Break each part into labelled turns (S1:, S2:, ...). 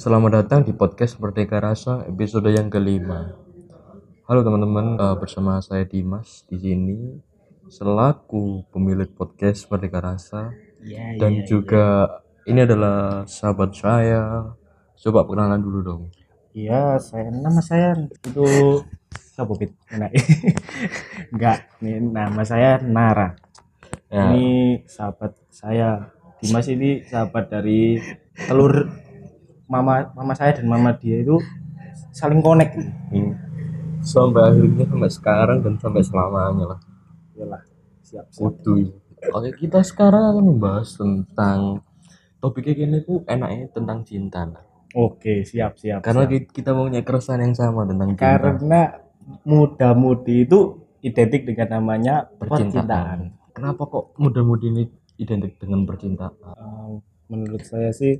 S1: Selamat datang di podcast Merdeka Rasa episode yang kelima. Halo teman-teman, eh, bersama saya Dimas di sini selaku pemilik podcast Merdeka Rasa
S2: Iya,
S1: dan
S2: iya,
S1: juga ini adalah sahabat saya. Coba perkenalan dulu dong.
S2: Iya, saya nama saya itu siapa Pit? Nah, Enggak, ini nama saya Nara.
S1: Ya,
S2: Ini sahabat saya. Dimas ini sahabat dari telur mama mama saya dan mama dia itu saling connect.
S1: ini sampai akhirnya sampai sekarang dan sampai selamanya lah.
S2: Iyalah, siap. siap.
S1: Kudu. Oke, kita sekarang akan membahas tentang topiknya gini ku enaknya tentang cinta. Nah.
S2: Oke, siap, siap.
S1: Karena
S2: siap.
S1: ki- kita punya keresahan yang sama tentang cinta.
S2: karena muda-mudi itu identik dengan namanya
S1: Percintaan.
S2: percintaan.
S1: Kenapa kok muda-mudi ini identik dengan percintaan?
S2: Eh, menurut saya sih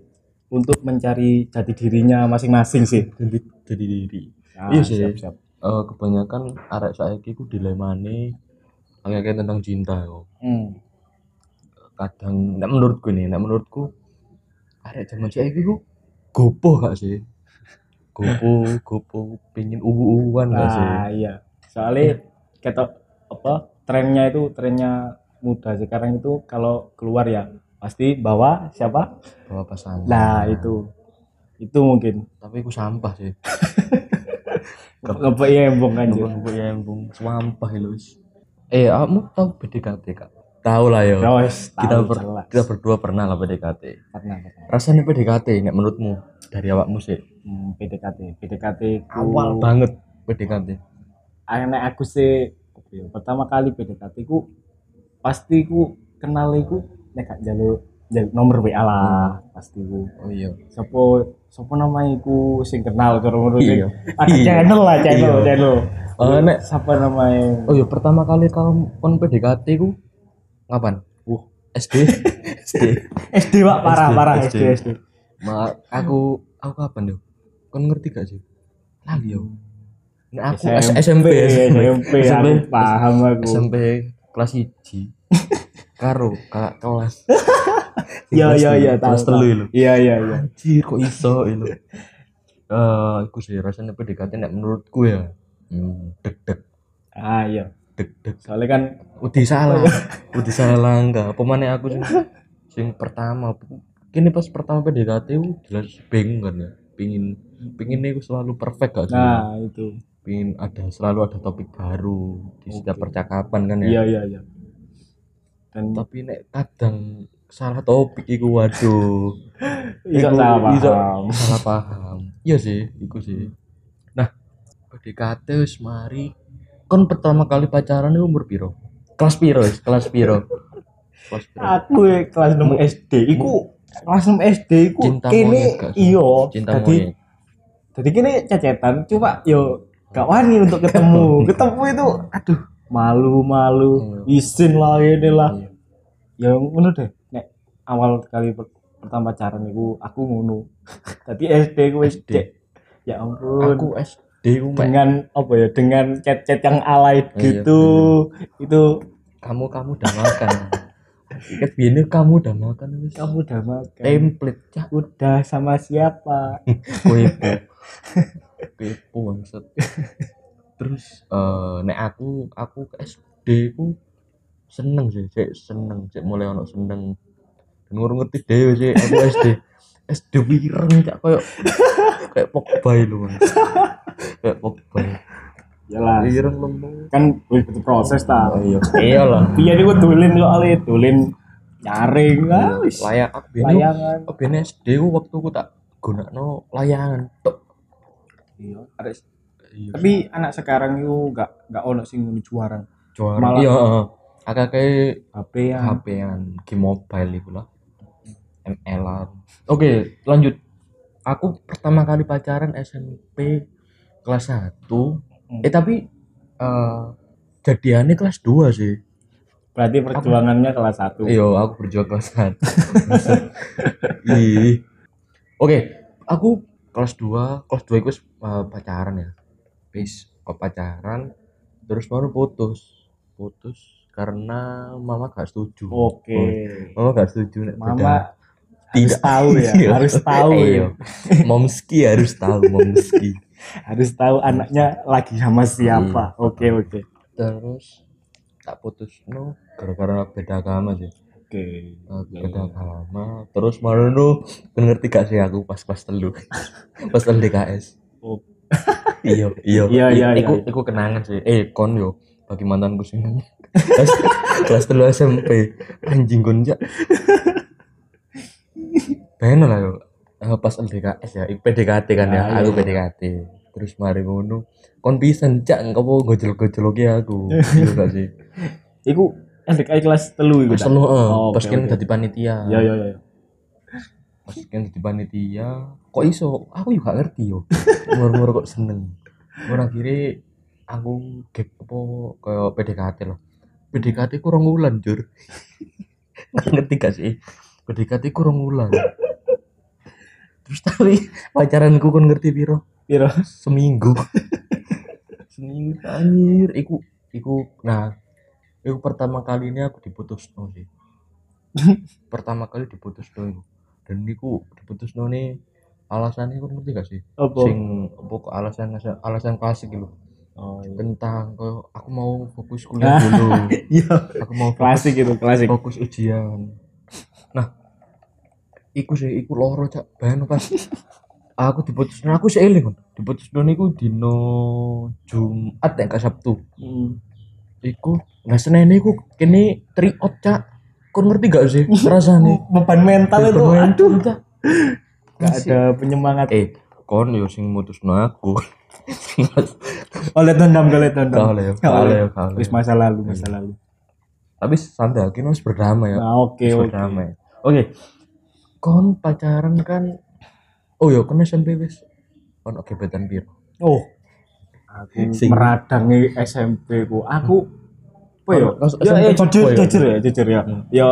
S2: untuk mencari jati dirinya masing-masing sih.
S1: Jadi jadi diri.
S2: Nah,
S1: Iya sih.
S2: Siap, siap.
S1: Eh, kebanyakan arek saiki ku dilemani kayak tentang cinta yo.
S2: Hmm.
S1: Kadang nek menurutku nih, nek menurutku arek zaman saiki ku gopo gak sih? Gopo, gopo pengen uwu-uwan gak sih?
S2: Nah, iya. Soalnya kata apa trennya itu trennya muda sekarang itu kalau keluar ya pasti bawa siapa?
S1: Bawa pasangan.
S2: Nah, itu. Itu mungkin.
S1: Tapi ku sampah sih. Kep-
S2: Ngebek ya embong kan Jir.
S1: Nunggu-nunggu ya embung, sampah lus. Eh, kamu tahu PDKT kak? Tahu lah yo.
S2: Ya wes,
S1: kita
S2: tahu
S1: ber-
S2: jelas.
S1: kita berdua pernah lah PDKT
S2: pernah pernah.
S1: rasanya PDKT nek menurutmu dari Oh. awakmu sih
S2: Hmm, PDKT, PDKT ku-
S1: banget PDKT
S2: Ah, nek aku sih apa ya, pertama kali PDKT ku pasti ku kenal iku nek gak jaluk jaluk nomor WA lah pasti ku
S1: oh iya
S2: siapa siapa namanya iku sing kenal karo ngono
S1: iya
S2: sing ada
S1: Iya.
S2: channel lah channel
S1: Iya.
S2: channel
S1: Eh, nek
S2: siapa namanya
S1: oh iya pertama kali kamu kon PDKT ku kapan
S2: Wuh.
S1: SD SD
S2: SD pak parah
S1: SD,
S2: parah
S1: SD.
S2: SD SD
S1: Ma, aku aku kapan deh kon ngerti gak sih lali yo nek aku S- SMP
S2: SMP
S1: SMP.
S2: aku paham aku
S1: SMP kelas 1 karo kakak kelas
S2: iya iya iya tahu,
S1: kelas
S2: tahu.
S1: telu lho.
S2: iya iya iya
S1: anjir kok iso itu eh iku sih rasanya PDKT nek menurutku ya hmm, deg deg
S2: ah iya
S1: deg deg
S2: soalnya kan
S1: udah salah udah salah enggak pemane aku sing sing pertama kini pas pertama PDKT ku jelas bingung kan ya pingin pingin aku selalu perfect gak sih
S2: nah itu
S1: pingin ada selalu ada topik baru di setiap
S2: Oke.
S1: percakapan kan ya
S2: iya iya iya dan
S1: tapi nek kadang salah topik iku waduh
S2: iso
S1: Iku-
S2: salah
S1: iso-
S2: paham
S1: salah paham iya sih iku sih nah PDKT wis mari kon pertama kali pacaran itu umur piro kelas piro wis? kelas piro kelas piro
S2: aku ya kelas 6 SD iku kelas 6 SD iku
S1: Cinta monyet
S2: kene
S1: gak sih?
S2: iya
S1: cinta
S2: dadi
S1: monyet
S2: jadi kini cecetan cuma yo gak wani untuk ketemu ketemu itu aduh malu malu izin lah ini lah
S1: Iya.
S2: ya ngono deh nek awal kali per- pertama pacaran itu aku ngono tadi SD aku
S1: SD.
S2: SD ya ampun
S1: aku SD ku mek
S2: dengan apa ya dengan chat-chat yang alay
S1: Iya,
S2: gitu itu
S1: kamu kamu udah makan Ikat bini kamu udah makan wis
S2: kamu udah makan
S1: template cah
S2: udah sama siapa
S1: kepo kepo bangsat terus eh nek aku aku ke SD ku seneng sih cek seneng cek mulai ono seneng dan ngurung ngerti dhewe sih aku SD SD wireng cak koyo kayak Pogba lho Bang. kayak Pogba
S2: Yalah
S1: wireng lemu
S2: kan wis butuh proses ta
S1: iya iyalah
S2: biar gue dolin kok ale dolin nyaring ah wis.
S1: layak aku bini
S2: layangan
S1: aku bini SD ku waktu ku tak gunakno layangan tok
S2: iya ada-
S1: iya
S2: tapi anak sekarang itu gak gak ono sing ngene juara
S1: juara
S2: malah-
S1: iya akak
S2: HP ya
S1: HP-an game mobile itu lah ML oke lanjut aku pertama kali pacaran SMP kelas 1 eh tapi eh jadiannya kelas 2 sih
S2: berarti perjuangannya kelas 1
S1: iyo aku berjuang kelas 1 ih oke aku kelas 2 kelas 2 itu eh, pacaran ya bis oh, pacaran terus baru putus putus karena mama gak setuju
S2: oke
S1: mama gak setuju nek beda-
S2: Oh. mama harus
S1: Oh. Tidak.
S2: tahu ya
S1: Iya.
S2: harus tahu ya.
S1: Iya. Momski harus tahu Momski.
S2: harus tahu anaknya lagi
S1: Iya.
S2: sama siapa oke oke
S1: Terus tak putus no gara-gara beda agama sih.
S2: oke
S1: Eh, beda agama. Terus malah no ngerti gak sih aku pas pas telu. pas LDKS.
S2: Oh.
S1: iya, iya.
S2: Iya, iya, iya,
S1: Iku
S2: iya.
S1: iku kenangan sih. Eh, kon yo bagi mantanku sing kelas kelas telu SMP anjing kon ya. Pengen lah yo. Eh, pas LDKS ya, iku PDKT kan ya,
S2: Ah, iya,
S1: aku
S2: iya.
S1: PDKT. Terus mari ngono, kon pisan cak engko gojol-gojoloke aku. Iya gak sih?
S2: Iku LDKI kelas telu iku.
S1: Pas
S2: Dak?
S1: telu, eh,
S2: Oh,
S1: pas
S2: oke,
S1: kan
S2: oke.
S1: dadi panitia.
S2: Ya ya ya.
S1: pas kan di panitia kok iso aku juga gak ngerti yo umur-umur kok seneng orang kiri aku gap apa kayak PDKT loh PDKT kurang wulan jur Gak ngerti gak sih PDKT kurang wulan terus tapi pacaranku kan ngerti piro
S2: Piro?
S1: seminggu seminggu anjir iku iku nah iku pertama kali ini aku diputus sih pertama kali diputus dong dan niku diputus noni alasannya kau ngerti gak sih
S2: Apa?
S1: sing apa kok alasan alasan klasik gitu
S2: Oh, iya.
S1: tentang kau aku mau fokus kuliah dulu
S2: Iya,
S1: aku mau fokus,
S2: Ah. klasik itu, klasik.
S1: fokus ujian nah iku sih iku loro cak bayan pas aku diputus aku sih eling Kon. diputus noni iku dino jumat ya gak sabtu
S2: Hmm.
S1: iku nah senin iku kini triot cak kau ngerti gak sih rasanya
S2: Beban mental itu.
S1: Beban mental.
S2: Aduh. Gak ada penyemangat.
S1: eh kon yo sing mutusno aku
S2: Oleh dendam, oleh dendam.
S1: Gak oleh, gak oleh, gak oleh.
S2: Wis masa lalu, masa lalu.
S1: tapi santai akhirnya harus berdamai ya
S2: Nah, oke,
S1: harus
S2: oke.
S1: berdamai oke kon pacaran kan oh yo kon SMP wis kon oke betan biru
S2: Oh. Aku
S1: Sing-
S2: meradangi SMP ku. Aku apa ya?
S1: Langsung
S2: Ya,
S1: SMP
S2: ya jujur,
S1: apa ya?
S2: jujur ya, jujur ya. Ya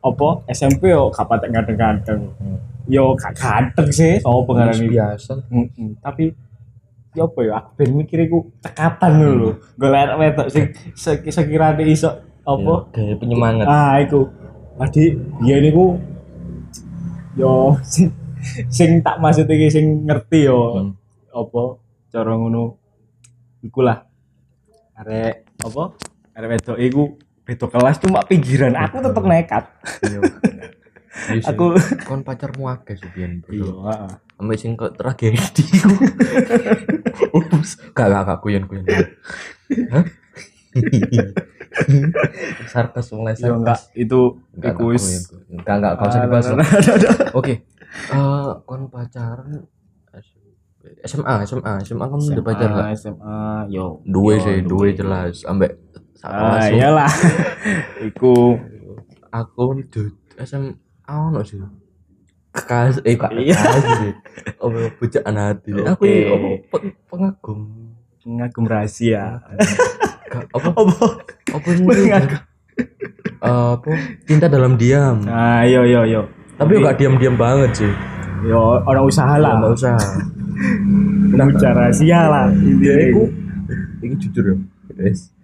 S2: apa SMP yo ya, gak patek ganteng-ganteng.
S1: Hmm.
S2: Yo gak ganteng sih, sopo pengarani
S1: biasa
S2: Mm-mm. tapi ya apa ya aku ben mikir iku tekatan dulu
S1: Hmm.
S2: golek arek wedok sing sek- sekiranya iso
S1: Yo,
S2: apa
S1: gaya penyemangat
S2: ah iku tadi ya ini ku yo sing, sing tak maksud iki sing ngerti yo
S1: Hmm.
S2: apa cara ngono iku lah arek apa arek wedok iku beda kelas cuma pinggiran aku tetep nekat
S1: Yo. Yo, sih.
S2: Aku-
S1: Iya, kon pacarmu akeh sih biyen bro
S2: iya
S1: sampe sing kok tragedi ku ups gak gak gak kuyen kuyen Hah? sarkas mulai
S2: iya
S1: sarkas
S2: enggak itu
S1: Enggak,
S2: iku wis
S1: enggak, enggak, enggak usah
S2: Ah,
S1: dibahas
S2: nah,
S1: lah.
S2: nah, nah, nah.
S1: Oke. Eh, kon pacaran SMA, SMA, SMA kamu kan udah pacar
S2: Ah,
S1: enggak?
S2: SMA, yo.
S1: Dua
S2: yo,
S1: sih, dua jelas. Ambek
S2: Ah,
S1: langsung.
S2: iyalah. Iku
S1: Aku du- SMA ono sih. Kas eh kak
S2: Iya.
S1: kasih sih. Opo bujaan hati. Aku
S2: Oke.
S1: ini opo pe- pengagum.
S2: ngagum rahasia.
S1: Gak- Apa
S2: Apa?
S1: apa ini? Eh,
S2: Pengagum.
S1: apa cinta dalam diam.
S2: Ah, yo yo yo.
S1: Nah, Tapi enggak diam-diam banget sih.
S2: yo Ya, orang usaha lah,
S1: Enggak usah.
S2: bicara rahasia lah. Intinya iku
S1: ini jujur ya guys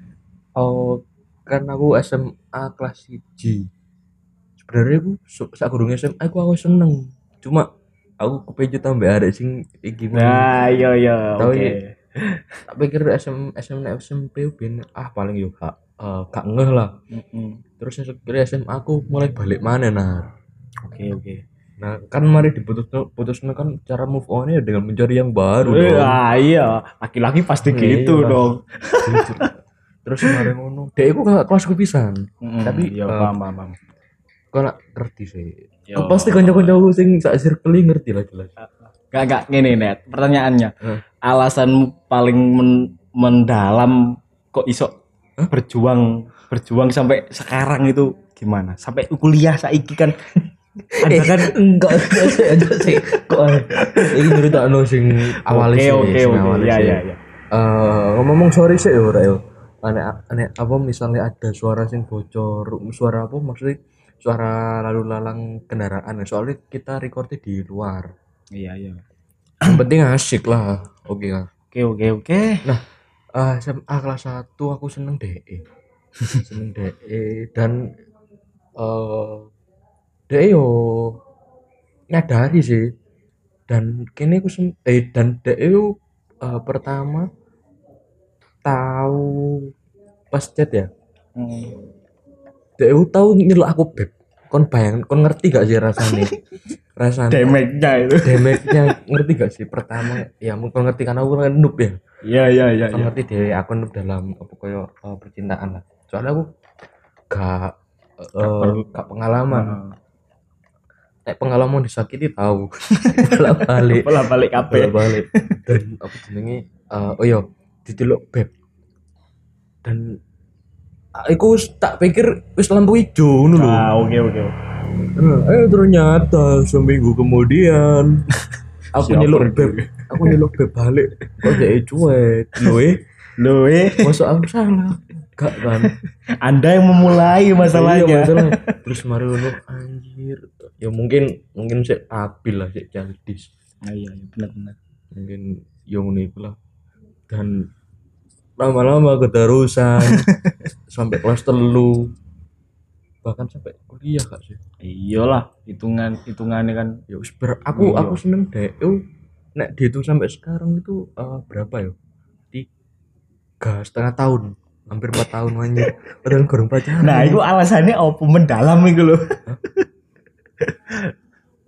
S1: oh kan aku SMA kelas 1 sebenarnya aku se- saat durung SMA aku aku seneng cuma aku kepecut tambah arek sing iki nah.
S2: Nah, yo yo.
S1: Tahu
S2: Oke.
S1: ya? tak pikir SM SMA SMP ben ah paling yo gak eh, gak ngeh lah
S2: Mm-mm.
S1: terus sekira SMA aku mulai balik mana nah
S2: Oke, oke.
S1: nah kan mari diputus putus kan cara move on ya dengan mencari yang baru
S2: Eh,
S1: dong.
S2: Ah, iya. Laki-laki pasti
S1: Iya,
S2: gitu
S1: iya.
S2: dong.
S1: Jujur. terus kemarin ngono dek aku gak kelas pisan
S2: Mm-mm.
S1: Tapi,
S2: yo
S1: eh,
S2: paham, paham, paham. Iya.
S1: kau nak ngerti sih
S2: Yo.
S1: Pasti kanca-kancaku sing sak circle ngerti lah jelas.
S2: Gak, gak, gini net. Pertanyaannya,
S1: Eh.
S2: alasan paling men- mendalam kok iso
S1: Hah?
S2: berjuang berjuang sampai sekarang itu gimana? Sampai kuliah saiki kan ada kan
S1: Eh, enggak sih aja sih. Kok iki nyeritakno sing awale sih.
S2: Oke,
S1: sing
S2: oke, oke.
S1: awale
S2: Iya,
S1: sih.
S2: iya, iya.
S1: Eh, ngomong sorry sih ya ora yo. Ane ane apa misalnya ada suara sing bocor, suara apa maksudnya suara lalu lalang kendaraan soalnya kita recordnya di luar
S2: Iya, iya.
S1: yang penting asik lah oke lah
S2: Oke, oke, oke.
S1: Ah, SMA kelas 1 aku seneng E. DE. seneng DE dan E eh dek yo nyadari sih dan kini aku sem- eh dan dek yo eh, pertama tahu pas chat ya
S2: Hmm.
S1: dek yo tahu nyeluk aku beb kon bayang kon ngerti gak sih rasanya rasanya
S2: Damage-nya itu.
S1: damage-nya ngerti gak sih pertama ya mungkin ngerti karena aku kan noob ya
S2: Iya iya iya.
S1: Aku
S2: iya.
S1: ngerti deh aku noob dalam apa kaya eh, percintaan lah soalnya aku gak eh,
S2: perlu. Hmm.
S1: gak pengalaman Nek pengalaman disakiti tahu bolak balik
S2: Bola balik
S1: bolak
S2: kabeh.
S1: balik dan apa jenenge eh, oh iya diceluk beb dan aku tak pikir wis lampu hijau ngono lho
S2: Ah, oke oke.
S1: eh ternyata seminggu kemudian aku
S2: Siapa
S1: nyeluk
S2: itu?
S1: beb aku nyeluk beb balik kok dia cuek lho eh
S2: Loh, eh,
S1: masa aku salah gak kan
S2: Anda yang memulai
S1: Iya,
S2: masalahnya.
S1: masalahnya. terus mari ngono anjir ya mungkin mungkin sih abil lah sih childish
S2: Nah, iya iya benar-benar.
S1: mungkin ya ngono iku lah dan lama-lama keterusan sampai kelas telu bahkan sampai kuliah gak sih
S2: Iyalah, hitungan hitungannya kan
S1: ya wis ber- aku
S2: Iya.
S1: aku seneng deh yo nek dihitung sampai sekarang itu eh, berapa ya tiga setengah tahun hampir empat tahun anjir padahal kurang pacaran
S2: Nah, itu alasannya apa mendalam itu loh.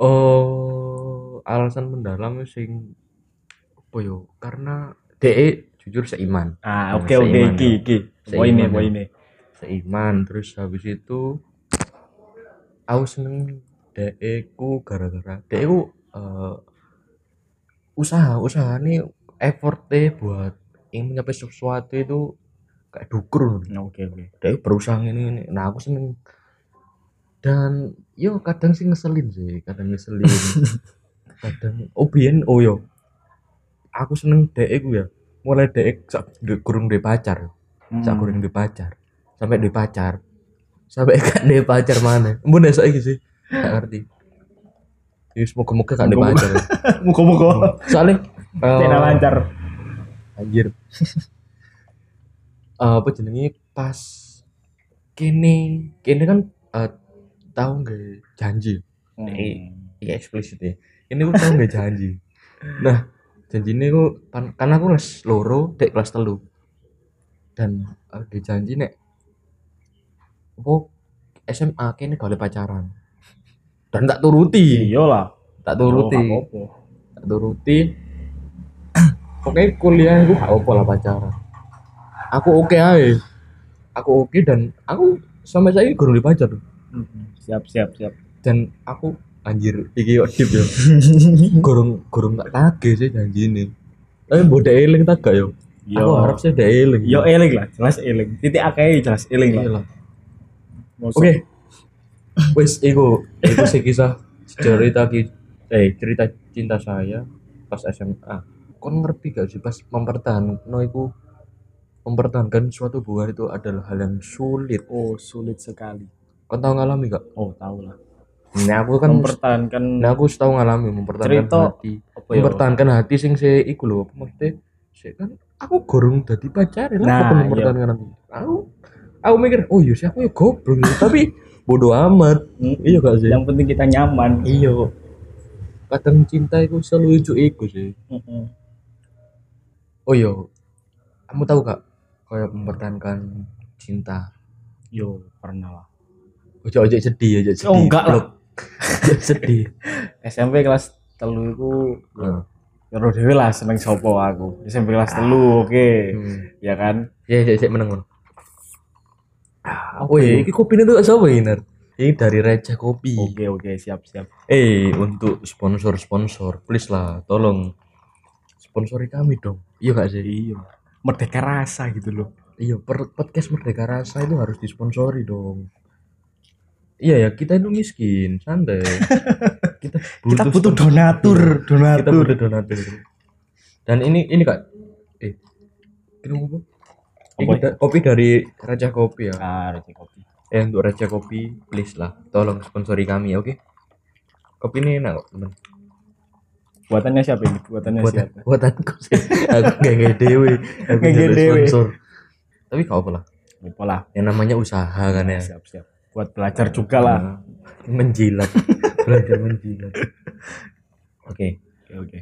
S1: oh alasan mendalam sing apa yo karena de jujur seiman
S2: Ah,
S1: oke, oke, iki,
S2: iki.
S1: Poinnya,
S2: poinnya.
S1: seiman terus habis itu aku seneng deku gara-gara deku eh usaha usaha nih effortnya buat ingin mencapai sesuatu itu kayak dukur
S2: Nah, Oke, oke.
S1: dek berusaha ini ini nah aku seneng dan yo kadang sih ngeselin sih kadang ngeselin kadang oh biyen oh yo aku seneng dek gue ya mulai dek sak kurung dek pacar sak
S2: Hmm.
S1: kurang di pacar sampai di pacar sampai gak di pacar mana mbun esok iki sih gak ngerti ya semoga moga gak di
S2: Moga-moga.
S1: pacar
S2: Muka-muka. Oh.
S1: soalnya eh,
S2: Tidak lancar.
S1: anjir Eh, apa jenenge pas kene kene kan eh, tahu nggak janji
S2: Hmm.
S1: ya eksplisit ya ini gue tahu nggak janji nah janji ini gue karena kan aku les loro dek kelas telu dan eh, dia janji nek apa SMA kini gak boleh pacaran dan tak turuti
S2: Iyalah.
S1: tak
S2: Iya. Oh, Gak
S1: turuti
S2: apa-apa.
S1: tak turuti pokoknya kuliah gue gak apa lah pacaran aku oke aja aku oke dan aku sampai saya gak boleh pacar
S2: Hmm. Siap, siap, siap.
S1: dan aku anjir iki kok deep ya gorong gorong tak tagih sih janji ini tapi mbok dek eling tak gak yo aku harap sih dek eling
S2: Yo eling lah, jelas eling. Titik akeh jelas eling
S1: Iya lah.
S2: lah.
S1: oke wes iku iku sih kisah cerita ki- eh cerita cinta saya pas SMA kon ngerti gak sih pas mempertahankan iku mempertahankan suatu hubungan itu adalah hal yang sulit
S2: Oh, sulit sekali.
S1: kon tau ngalami gak?
S2: Oh, tahu lah.
S1: Nah aku kan
S2: Mempertahankan
S1: nah aku tau ngalami mempertahankan
S2: Cerita-
S1: hati
S2: apa ya?
S1: mempertahankan hati sing se iku lho apa maksudnya se kan aku gorong dadi pacar lah
S2: Nah,
S1: aku
S2: iya.
S1: mempertahankan hati aku aku mikir oh iya sih aku ya goblok ya. tapi bodoh amat
S2: Hmm.
S1: iya gak sih
S2: Yang penting kita nyaman.
S1: iya kadang cinta itu selucu iku sih
S2: Heeh.
S1: oh iya kamu tahu gak kayak mempertahankan cinta
S2: Yo, pernah lah.
S1: ojo-ojo sedih ojo sedih
S2: Oh, enggak lah.
S1: Blok. Ojo sedih
S2: SMP kelas telu itu
S1: Hmm.
S2: Ya roh dhewe lah seneng sopo aku. SMP kelas telu, oke. Ya kan?
S1: Ya, cek cek Iya, meneng.
S2: apa
S1: Oh iya,
S2: ya?
S1: ini kopinya tuh siapa ini? Nar? Ini dari Receh Kopi.
S2: Oke, oke, siap, siap.
S1: Eh, untuk sponsor-sponsor, please lah, tolong sponsori kami dong. Iya gak sih?
S2: Iya. Merdeka rasa gitu loh.
S1: Iya, per- podcast Merdeka Rasa itu harus disponsori dong. Iya ya, kita itu miskin, santai. kita butuh,
S2: Kita butuh
S1: sponsor.
S2: donatur,
S1: Kita
S2: donatur.
S1: butuh Iya. donatur. Dan ini ini kak, eh, ini apa? Ini
S2: Apa?
S1: da- kopi dari Receh Kopi ya.
S2: Ah, roti kopi.
S1: eh untuk Raja Kopi please lah tolong sponsori kami ya, oke kopi ini enak kok teman
S2: Buatannya siapa ini? Buatannya
S1: buat
S2: Nah,
S1: ya?
S2: siapa?
S1: buatanku sih aku gak nggak dewe aku
S2: Nggak
S1: nggak
S2: dewe.
S1: sponsor tapi gak apa lah
S2: Lupa lah.
S1: yang namanya usaha kan ya
S2: Siap, siap. buat belajar juga lah
S1: Ah, menjilat belajar menjilat oke
S2: oke oke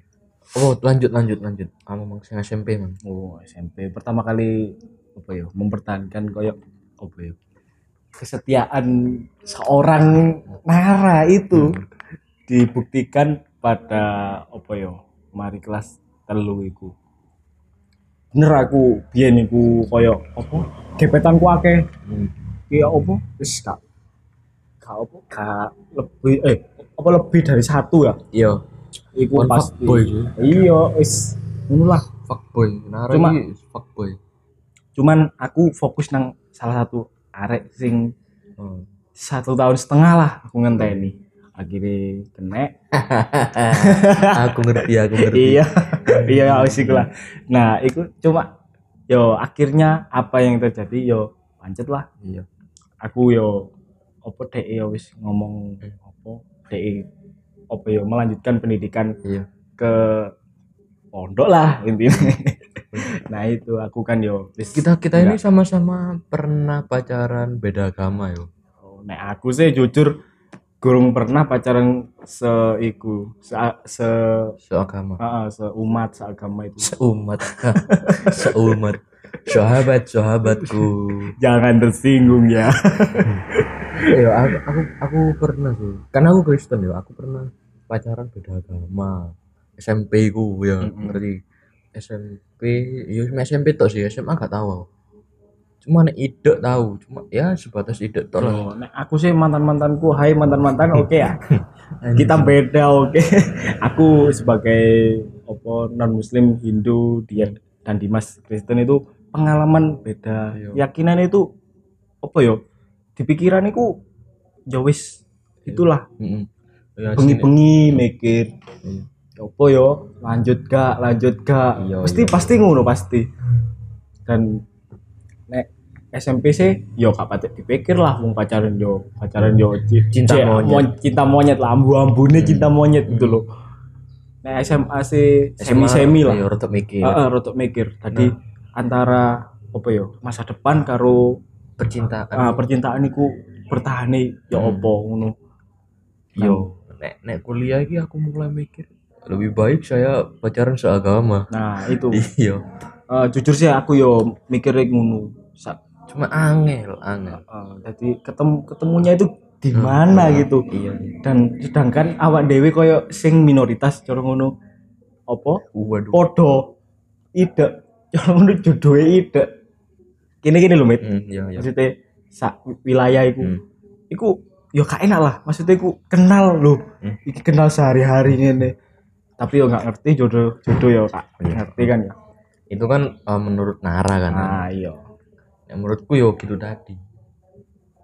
S1: oh lanjut lanjut lanjut kamu mang sing SMP mang
S2: oh SMP pertama kali apa ya mempertahankan koyok apa ya kesetiaan seorang Nara itu
S1: Hmm.
S2: dibuktikan pada apa ya mari kelas telu iku bener aku biyen iku koyok apa gebetanku akeh
S1: Hmm.
S2: iya apa wis kak kak apa kak lebih eh apa lebih dari satu ya
S1: iya
S2: iku
S1: kon
S2: pasti
S1: fuckboy sih
S2: iya wis ngono lah
S1: fuckboy nara
S2: Cuma-
S1: iki fuckboy
S2: cuman aku fokus nang salah satu arek sing
S1: Oh.
S2: satu tahun setengah lah aku ngenteni akhirnya kena
S1: aku ngerti aku ngerti
S2: iya iya wis iku lah nah iku cuma yo akhirnya apa yang terjadi yo pancet lah
S1: iya
S2: aku yo opo dek e, yo wis ngomong opo dek e, opo yo melanjutkan pendidikan
S1: Iya.
S2: ke pondok lah intinya nah itu aku kan yo wis
S1: kita kita ini sama-sama pernah pacaran beda agama yo
S2: Oh, nek aku sih jujur gurung pernah pacaran seiku se se
S1: seagama
S2: ah, ah, seumat seagama itu
S1: seumat seumat sahabat sahabatku
S2: jangan tersinggung ya
S1: Iya, aku, aku aku pernah sih. Karena aku Kristen ya, aku pernah pacaran beda agama. SMP ku ya,
S2: Mm-mm.
S1: ngerti. SMP, ya cuma SMP tok sih, SMA gak tahu. aku. Cuma nek idek tahu, cuma ya sebatas idek tok lah.
S2: Oh, nek aku sih mantan mantanku hai mantan mantan oke ya kita beda oke aku sebagai opo non muslim Hindu dia dan Dimas Kristen itu pengalaman beda
S1: Iya.
S2: keyakinan itu apa yo di pikiran itu ya wis itulah
S1: Heeh. Ya, sini-
S2: bengi-bengi mikir
S1: Iya.
S2: apa yo lanjut gak lanjut gak
S1: Iya,
S2: pasti
S1: iya.
S2: pasti ngono pasti dan nek SMP sih yo gak patut dipikir lah mau pacaran yo pacaran yo ci-
S1: Iya. Cinta
S2: ci-
S1: monyet.
S2: mon- cinta monyet lah ambu-ambune cinta monyet
S1: Hmm.
S2: gitu loh nek SMA sih semi semi lah
S1: Ya
S2: Ah,
S1: rotok mikir.
S2: Heeh, rotok mikir tadi
S1: Nah.
S2: antara apa yo masa depan karo
S1: Percintaan.
S2: ah, percintaan iku bertahane yo
S1: Nah. Hmm. Iya.
S2: opo ngono yo
S1: Yo, nek nek kuliah iki aku mulai mikir lebih baik saya pacaran seagama.
S2: nah itu
S1: Iya.
S2: Eh, jujur sih aku yo mikirnya ngono Sa-
S1: Cuma angel, angel.
S2: eh, jadi ketemu ketemunya itu di mana gitu
S1: Iya.
S2: dan sedangkan awak dewi koyo sing minoritas cara ngono apa
S1: Waduh.
S2: podo ide cara ngono jodohe ide kini gini loh mit
S1: Hmm, iya, iya.
S2: maksudnya sak wilayah iku
S1: Hmm.
S2: iku yo gak enak lah maksudnya iku kenal loh
S1: Hmm.
S2: iki kenal sehari-hari ngene tapi yo gak ngerti jodoh jodoh yo gak
S1: Iya.
S2: ngerti kan ya
S1: itu kan eh, menurut Nara kan
S2: nah iya
S1: Ya, menurutku yo gitu tadi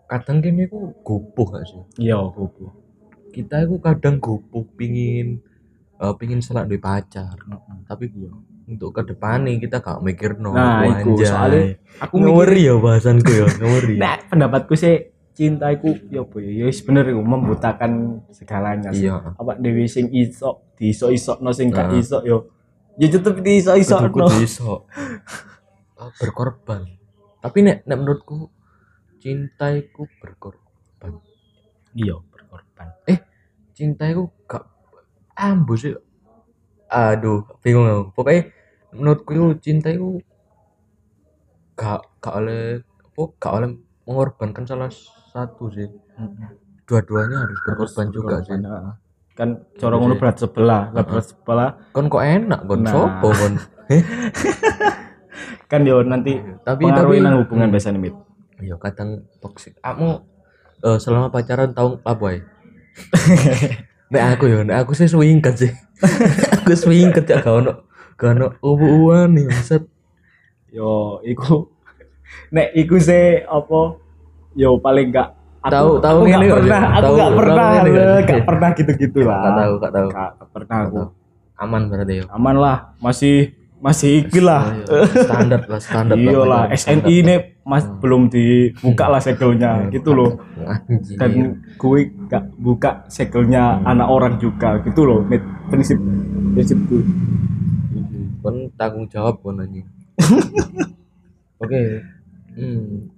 S1: kadang kini ku gopoh gak sih
S2: iya kubu
S1: kita itu kadang gopoh pingin eh, pingin selak duwe pacar tapi
S2: Iya.
S1: untuk ke depannya kita gak mikir no
S2: Nah, iku, soalnya aku mikir
S1: ngeri ya bahasanku ya ngeri
S2: nah, pendapatku sih cinta iku ya apa ya ya wis bener iku membutakan segalanya sih.
S1: iya
S2: apa dewi sing iso diiso-iso no sing gak
S1: Nah.
S2: iso yo ya tetep diiso-iso
S1: kudu
S2: no
S1: kudu iso eh, berkorban tapi nek nek menurutku cintaiku berkorban
S2: iya berkorban
S1: cintaiku gak ambu sih aduh bingung aku pokoknya menurutku itu cintaiku gak gak oleh apa gak oleh mengorbankan salah satu sih dua-duanya harus berkorban juga sih
S2: kan cara ngono
S1: sih.
S2: berat sebelah lah
S1: Heeh.
S2: berat sebelah
S1: kon kok enak kon
S2: Nah.
S1: sopo kon
S2: kan yo nanti
S1: Iya. tapi tapi
S2: pengaruhin nang hubungan biasanya mit
S1: iya kadang toksik kamu eh, selama pacaran tahun apa ya nek aku ya nek aku sih swingkat sih aku swingkat ya gak ono gak ono ubu-ubuan nih set
S2: yo iku nek iku sih apa yo paling gak
S1: Tahu- tahu
S2: aku gak
S1: ngene gak,
S2: pernah
S1: Mit?
S2: aku
S1: Tahu-
S2: gak
S1: tahu
S2: pernah
S1: ngene gak?
S2: le, gak pernah gitu-gitu lah
S1: gak tahu gak tahu
S2: gak pernah Iya. aku
S1: Tahu. aman berarti ya
S2: aman lah masih masih iki lah
S1: Oh, iya. standar lah standar
S2: iya lah
S1: pacaran
S2: SNI
S1: standar.
S2: ini mas
S1: Hmm.
S2: belum dibuka lah segelnya gitu loh
S1: Anjir.
S2: dan gue gak buka segelnya
S1: Hmm.
S2: anak orang juga gitu loh mit prinsip prinsip gue
S1: kon tanggung jawab kon anjing oke hmm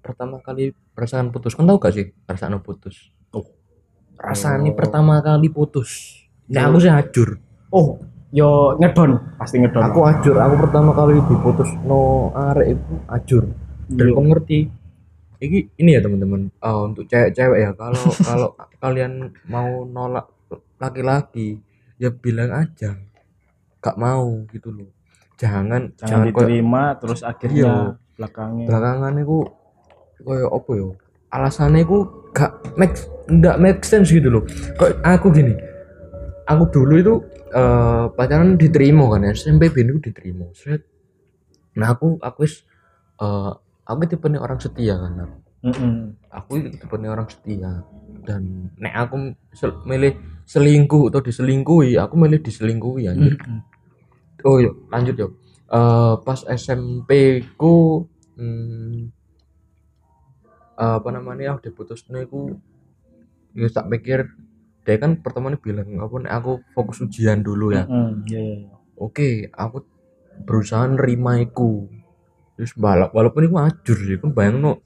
S1: pertama kali perasaan putus kan tau gak sih perasaan putus
S2: Oh.
S1: rasanya
S2: Oh. Iya.
S1: pertama kali putus nah
S2: Yo.
S1: aku sih hajur
S2: oh yo ngedon pasti ngedon Iya.
S1: aku hajur aku pertama kali diputus no arek itu hajur dan
S2: Yo.
S1: aku ngerti ini ini ya teman-teman Ah, untuk cewek-cewek ya kalau kalau kalian mau nolak laki-laki ya bilang aja gak mau gitu loh jangan
S2: jangan
S1: jangan, koyo
S2: diterima terus
S1: Iya.
S2: akhirnya belakangnya
S1: belakangan itu koyo apa yo alasannya itu gak make nggak make sense gitu loh kok aku gini aku dulu itu eh, pacaran diterima kan SMP ben itu diterima Sret. nah aku aku is eh, aku tipe orang setia kan aku
S2: Mm-mm.
S1: aku itu tipe orang setia dan nek aku sel- milih selingkuh atau diselingkuhi aku milih diselingkuhi anjir
S2: Mm-mm.
S1: oh yuk lanjut yuk Eh, pas SMP ku hmm, apa namanya aku diputus ku ya tak pikir dia kan pertamanya bilang apa nek aku fokus ujian dulu ya
S2: Mm-mm. Iya, iya, iya.
S1: oke aku berusaha nerima iku terus balap walaupun iku ajur sih kan bayang no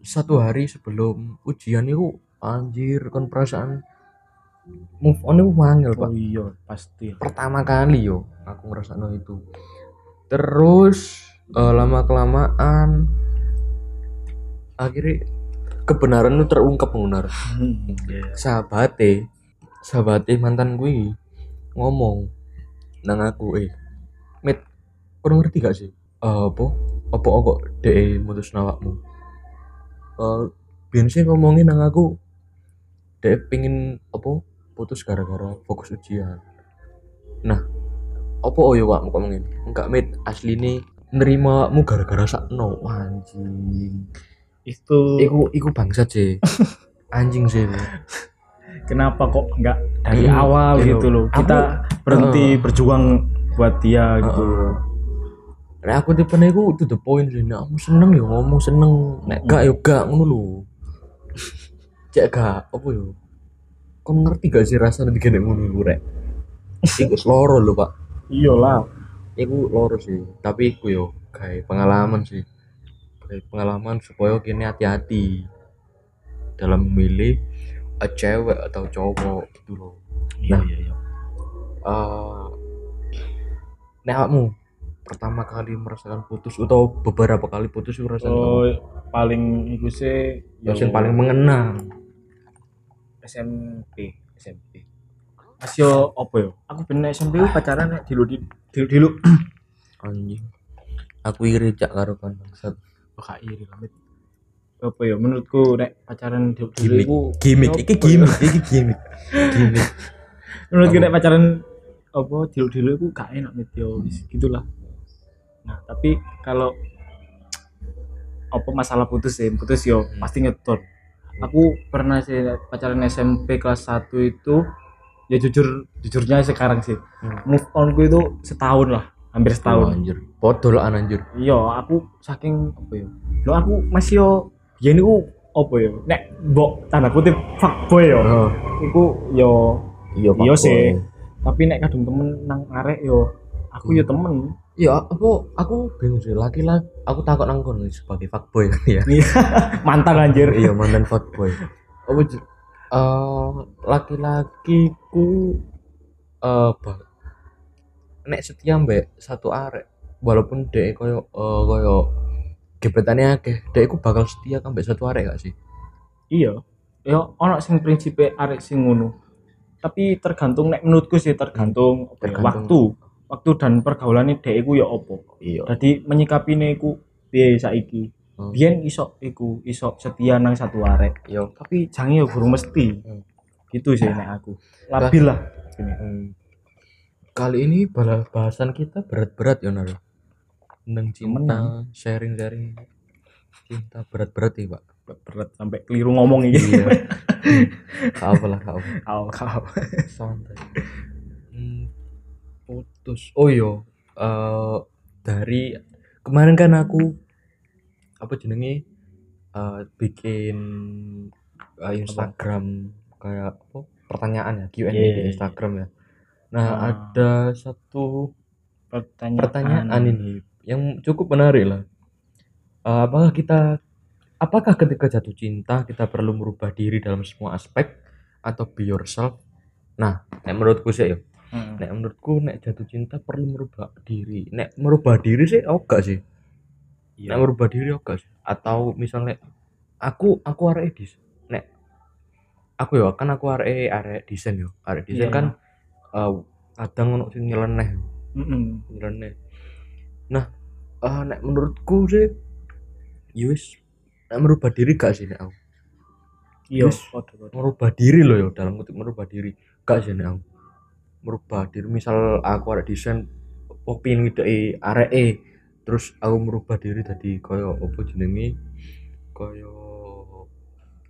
S1: satu hari sebelum ujian itu anjir kan perasaan move on itu wangel pak
S2: oh iya pasti
S1: pertama kali yo aku ngerasa itu terus eh, lama kelamaan akhirnya kebenaran itu terungkap benar Iya. sahabate sahabate mantan gue ngomong nang aku eh met kau ngerti gak sih Eh, apa apa kok de mutus nawakmu Eh biasanya ngomongin nang aku de pingin apa putus gara-gara fokus ujian nah apa oh ya wak mau ngomongin enggak met asli nih nerima wakmu gara-gara sakno Wah, anjing
S2: itu
S1: iku iku bangsat sih anjing sih iku.
S2: kenapa kok nggak dari
S1: Iya,
S2: awal
S1: iya.
S2: gitu loh
S1: Aku-
S2: kita berhenti
S1: Heeh.
S2: berjuang buat dia gitu
S1: Heeh. Nek aku tipe niku to the point sih. Nek aku seneng ya ngomong seneng. Nek gak ya gak ngono lho. Cek gak apa ya? Kon ngerti gak sih rasane digene ngono iku rek? Iku loro lho, Pak.
S2: iyalah
S1: Iku loro sih. Tapi iku yo gawe pengalaman sih. Gawe pengalaman supaya kene hati-hati dalam memilih eh, cewek atau cowok gitu loh.
S2: iya
S1: Nah.
S2: iya iya
S1: eh nek awakmu pertama kali merasakan putus atau beberapa kali putus itu rasanya
S2: oh paling itu sih
S1: apa? yang
S2: yo,
S1: paling mengenang
S2: SMP SMP pas yo apa yo aku bener SMP ku pacaran nek dilu dilu dilu
S1: anjing aku iri cak karo kan bangsat
S2: Oh, gak iri banget apa ya menurutku nek pacaran dilu dilu
S1: Gimik. gimmick iki
S2: iku apa ya?
S1: gimmick iki gimmick gimmick
S2: menurutku
S1: Apa?
S2: nek pacaran apa dilu dilu iku gak enak mit yo wis
S1: Hmm.
S2: gitulah nah tapi kalau apa masalah putus ya putus yo
S1: Hmm.
S2: pasti ngeton aku pernah sih pacaran SMP kelas 1 itu ya jujur jujurnya sekarang sih
S1: Hmm.
S2: move on ku itu setahun lah hampir
S1: tahu
S2: setahun
S1: anjir podo lah anjir
S2: iya aku saking apa ya lo aku masih yo ya ini ku apa ya nek mbok tanda kutip fuckboy yo
S1: oh,
S2: iku yo
S1: iya
S2: Iya sih. tapi nek kadung temen nang arek yo aku yo temen
S1: iya aku aku bingung sih laki-laki aku takut nangkon sebagai fuckboy kan ya
S2: mantan anjir
S1: iya mantan fuckboy apa j- Oh, eh, laki-laki ku eh ba- nek setia mbak satu arek walaupun dek koyo eh, koyo gebetannya akeh dek ku bakal setia kan mbak satu arek gak sih
S2: iya yo ono sing prinsipe arek sing ngono tapi tergantung nek menurutku sih tergantung, apa
S1: Tergantung.
S2: ya, waktu waktu dan pergaulannya dek iku yo opo
S1: iya
S2: jadi menyikapi iku piye saiki
S1: Hmm.
S2: biyen iso iku iso setia nang satu arek
S1: iya
S2: tapi jangan ya burung mesti
S1: Hmm.
S2: gitu sih nek aku labil lah ini
S1: Hmm. kali ini bala- bahasan kita berat-berat ya Nara tentang cinta
S2: Temenan.
S1: sharing-sharing cinta berat-berat ya pak
S2: berat sampai keliru ngomong ini
S1: iya gak apa lah gak apa
S2: kau kau
S1: santai Hmm, putus oh yo eh dari kemarin kan aku apa jenenge eh, bikin eh, Instagram kayak apa pertanyaan ya Q&A
S2: Iya,
S1: di
S2: iya,
S1: Instagram ya nah
S2: Ah.
S1: ada satu
S2: pertanyaan
S1: pertanyaan ini yang cukup menarik lah Eh, apakah kita apakah ketika jatuh cinta kita perlu merubah diri dalam semua aspek atau be yourself? Nah, nek menurutku sih ya.
S2: Hmm.
S1: Nek menurutku nek jatuh cinta perlu merubah diri. Nek merubah diri sih oga sih.
S2: Iya.
S1: Nek merubah diri oga sih. Atau misalnya aku aku arek dis. Nek aku ya kan aku arek arek desain yo. Arek desain
S2: Iya.
S1: kan eh, kadang ono sing nyeleneh
S2: Mm-mm.
S1: beneran nah eh, nek menurutku sih Yus nek merubah diri gak sih nek aku
S2: Iya,
S1: Terus?
S2: waduh, waduh.
S1: merubah diri loh ya dalam kutip merubah diri gak sih nek aku merubah diri misal aku ada desain popin gitu eh arek e terus aku merubah diri tadi koyo opo jenenge koyo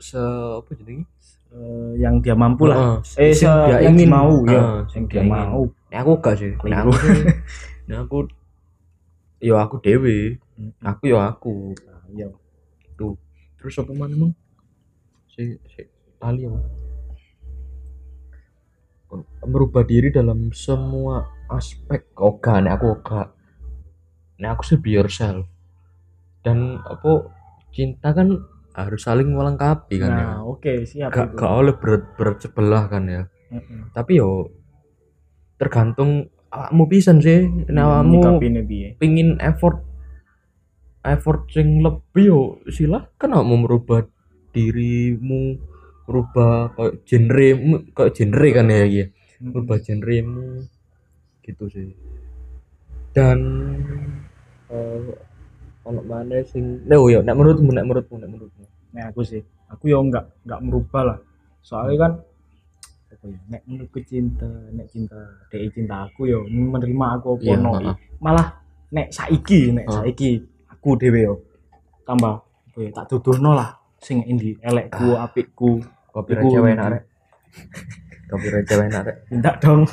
S1: se apa jenenge
S2: Eh, yang dia mampu lah.
S1: Heeh,
S2: eh,
S1: sing
S2: se-
S1: dia
S2: yang
S1: ingin.
S2: mau ya,
S1: Heeh,
S2: yang dia mau.
S1: nek aku gak sih nek aku sih- nek aku yo aku dewe aku yo aku
S2: Nah, Iya.
S1: terus apa mana emang si si tali apa merubah diri dalam semua aspek oga nek aku oga nek aku sih be yourself dan apa cinta kan harus saling melengkapi kan ya
S2: Nah, oke, siap
S1: gak,
S2: itu.
S1: gak oleh berat berat sebelah kan ya
S2: Heeh.
S1: tapi yo tergantung awakmu pisan sih nek awakmu
S2: Nyikapinnya piye.
S1: pingin effort effort sing lebih yo silahkan kamu merubah dirimu merubah kayak genre kayak genre kan ya iya merubah genremu gitu sih dan eh ono mana sing nah yo nek menurutmu nek menurutmu nek menurutmu
S2: Nek aku sih, aku ya enggak enggak merubah lah. Soalnya kan apa ya, nek menurutku cinta, nek cinta dek cinta aku ya menerima aku apa
S1: Iya,
S2: no.
S1: heeh.
S2: Malah nek saiki, nek
S1: Heeh.
S2: saiki aku dhewe yo tambah apa ya, tak tuturno lah sing endi elekku, apikku.
S1: kopi
S2: Iku-
S1: Ah. cewek enak rek kopi cewek enak rek
S2: Minta dong.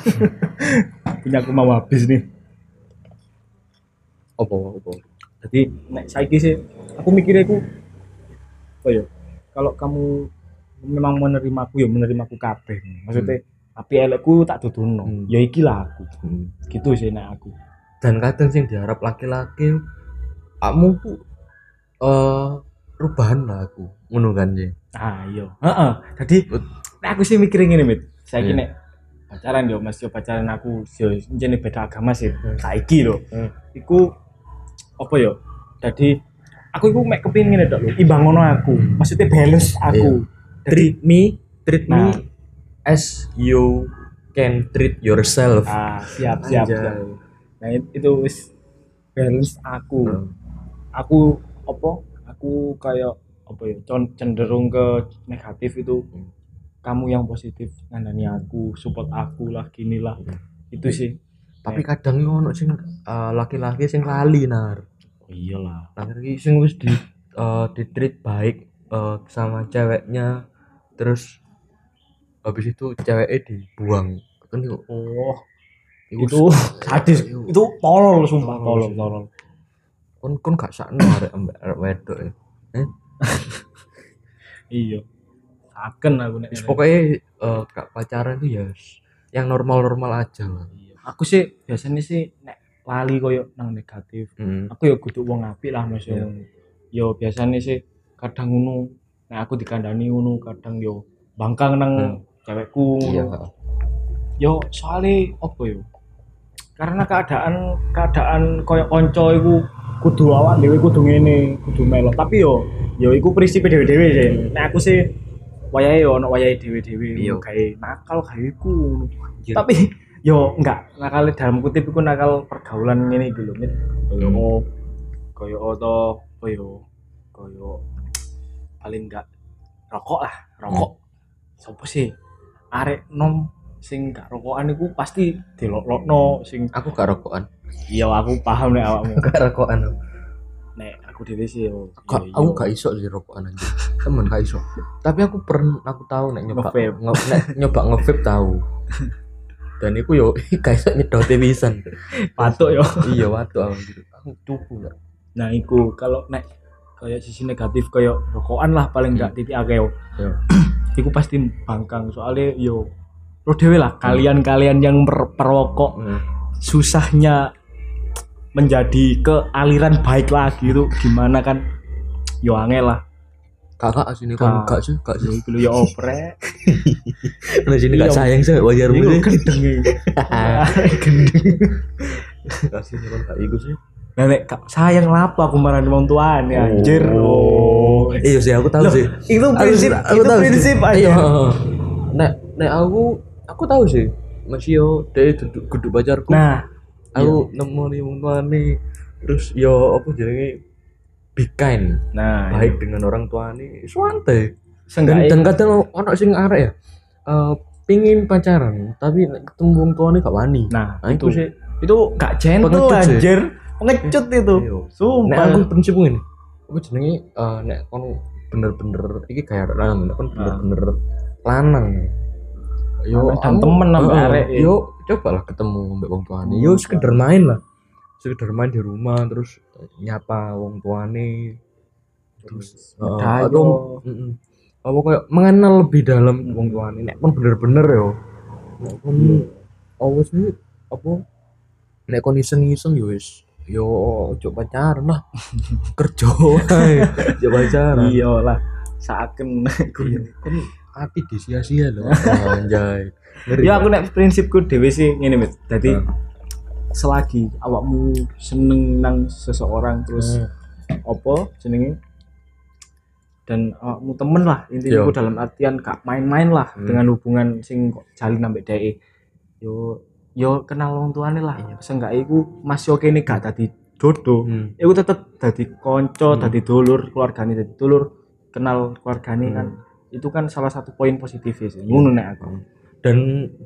S2: Punya aku mau habis nih.
S1: opo opo
S2: jadi nek saiki sih aku mikirnya aku apa ya kalau kamu memang menerima aku ya menerima aku kabeh maksudnya tapi elekku tak tutuno
S1: Hmm.
S2: ya ikilah aku
S1: Hmm.
S2: gitu sih nek aku
S1: dan kadang sing diharap laki-laki kamu ku eh rubahan lah aku ngono kan sih
S2: ah iya heeh jadi
S1: Bet-
S2: nek aku sih mikirnya ngene mit saiki
S1: Iya.
S2: nek pacaran yo mas yo pacaran aku yo jenenge beda agama sih saiki lho
S1: Hmm.
S2: iku apa ya jadi aku iku mek kepengin ngene tok lho imbangono aku
S1: Hmm.
S2: maksudnya balance aku jadi
S1: treat me treat me
S2: Nah.
S1: as you can treat yourself
S2: ah siap siap,
S1: Anjay.
S2: siap. nah it- itu wis balance aku
S1: Hmm.
S2: aku apa aku kayak apa ya con- cenderung ke negatif itu
S1: Hmm.
S2: kamu yang positif ngandani aku support aku lah gini lah
S1: Hmm.
S2: itu sih
S1: tapi kadang yo ono sing eh, laki-laki sing lali nar
S2: oh
S1: iya
S2: iyalah
S1: laki-laki sing wis di eh, di treat baik eh, sama ceweknya terus habis itu ceweknya dibuang kan yo
S2: oh
S1: yo
S2: itu sadis
S1: Yo.
S2: itu tolol sumpah
S1: Tolol.
S2: tolol tolol
S1: kon kon gak sakno arek ambek arek wedok ya.
S2: iya saken aku nek
S1: Wis
S2: ngene.
S1: pokoknya eh, gak pacaran tuh ya s- yang normal-normal aja lah.
S2: Iya. aku sih biasanya sih nek lali koyo nang negatif
S1: Hmm.
S2: aku ya kudu wong apik lah mas yo
S1: Iya.
S2: yo biasanya sih kadang ngono nah aku dikandani ngono kadang yo bangkang nang
S1: Hmm.
S2: cewekku
S1: Iya,
S2: ngono. yo soalnya apa yo karena keadaan keadaan koyo konco iku kudu awak dhewe kudu ngene kudu melo tapi yo yo iku prinsip dhewe-dhewe sih nah aku sih wayahe yo ono wayahe dhewe-dhewe
S1: Iya.
S2: gawe nakal gawe iku ngono. tapi yo enggak nakal dalam kutip iku nakal pergaulan ngene iki lho Mit. koyo koyo to koyo koyo paling enggak rokok lah rokok sopo sih arek nom sing gak rokokan iku pasti dilokno sing
S1: aku gak rokokan.
S2: iya aku paham nek awakmu
S1: Gak rokokan. aku.
S2: nek aku dhewe sih yo
S1: Gak, aku gak iso sih rokokan aja. Temen gak iso. Tapi aku pernah aku tahu nek nyoba
S2: Nge-vape.
S1: nge, nek nyoba nge-vape tahu. Dan iku yo gak iso nyedote pisan.
S2: Patuk yo.
S1: Iya, watuk aku. Aku cupu ya.
S2: nah iku kalau nek kayak sisi negatif kayak rokokan lah paling enggak
S1: Hmm.
S2: titik akeh yo.
S1: Yo.
S2: iku pasti bangkang soalnya yo lo dewe lah kalian-kalian yang per- perokok
S1: Hmm.
S2: susahnya menjadi ke aliran baik lagi itu gimana kan yo angel lah
S1: kakak sini kan gak
S2: Kak.
S1: sih gak
S2: yo
S1: sih
S2: iku lho, yo oprek
S1: nah sini gak
S2: Iya.
S1: sayang sih wajar
S2: Iku
S1: mulu
S2: gendeng iku.
S1: gak sih kan gak ikut sih
S2: Nah, nek ka- sayang lapo aku marani wong tuane anjir oh
S1: iya sih aku tahu
S2: Loh,
S1: sih
S2: itu
S1: Aku-
S2: prinsip
S1: aku
S2: itu
S1: tahu sih.
S2: prinsip
S1: iya
S2: aja
S1: nek nek aku aku tahu sih masih yo dari duduk gedung pacarku
S2: nah
S1: aku nemu nih wong tuane terus yo apa jenenge be kind
S2: nah
S1: baik dengan orang tuane suante iya. dan,
S2: seenggaknya
S1: dan kadang ono sing arek ya eh, pingin pacaran tapi nek ketemu wong tuane gak wani
S2: Nah,
S1: Nah,
S2: itu
S1: itu.
S2: sih. Itu gak gentle
S1: Pengecut sih.
S2: anjir. Pengecut itu.
S1: Iya. nek
S2: Sumpah.
S1: aku prinsip ngene aku jenenge eh, nek kon bener-bener iki kayak lanang
S2: Ah.
S1: nek kon bener-bener lanang
S2: Lanang dan
S1: aku-
S2: temen sama
S1: eh,
S2: arek, ya.
S1: yo cobalah ketemu mbek wong tuane yo sekedar main lah sekedar main di rumah terus nyapa wong tuane terus eh,
S2: Dayo.
S1: atau Mm-mm. apa kayak mengenal lebih dalam wong tuane nek kon bener-bener yo nek kon apa sih apa nek kon iseng-iseng yo wis yo ojo pacaran lah kerja wae ojo pacaran
S2: Iya lah. Saken aku.
S1: Iya. kon ati disia-sia lho Iya, anjay Ngeri.
S2: Ya aku nek prinsipku dhewe sih ngene, Mit. Dadi
S1: Eh.
S2: selagi awakmu seneng nang seseorang terus
S1: Hmm.
S2: opo jenenge dan awakmu temen lah intinya
S1: Iya.
S2: aku dalam artian gak main-main lah
S1: Hmm.
S2: dengan hubungan sing kok jalin sampai dhewe. Yo yo kenal wong tuane lah.
S1: Iya.
S2: Seenggaknya iku Mas yo kene gak tadi dodo.
S1: Hmm.
S2: Iku Ya tetep dadi konco,
S1: Hmm.
S2: dadi dulur, keluargane dadi dulur, kenal keluargane
S1: Hmm.
S2: kan. Itu kan salah satu poin positif sih. Ngono nek aku.
S1: dan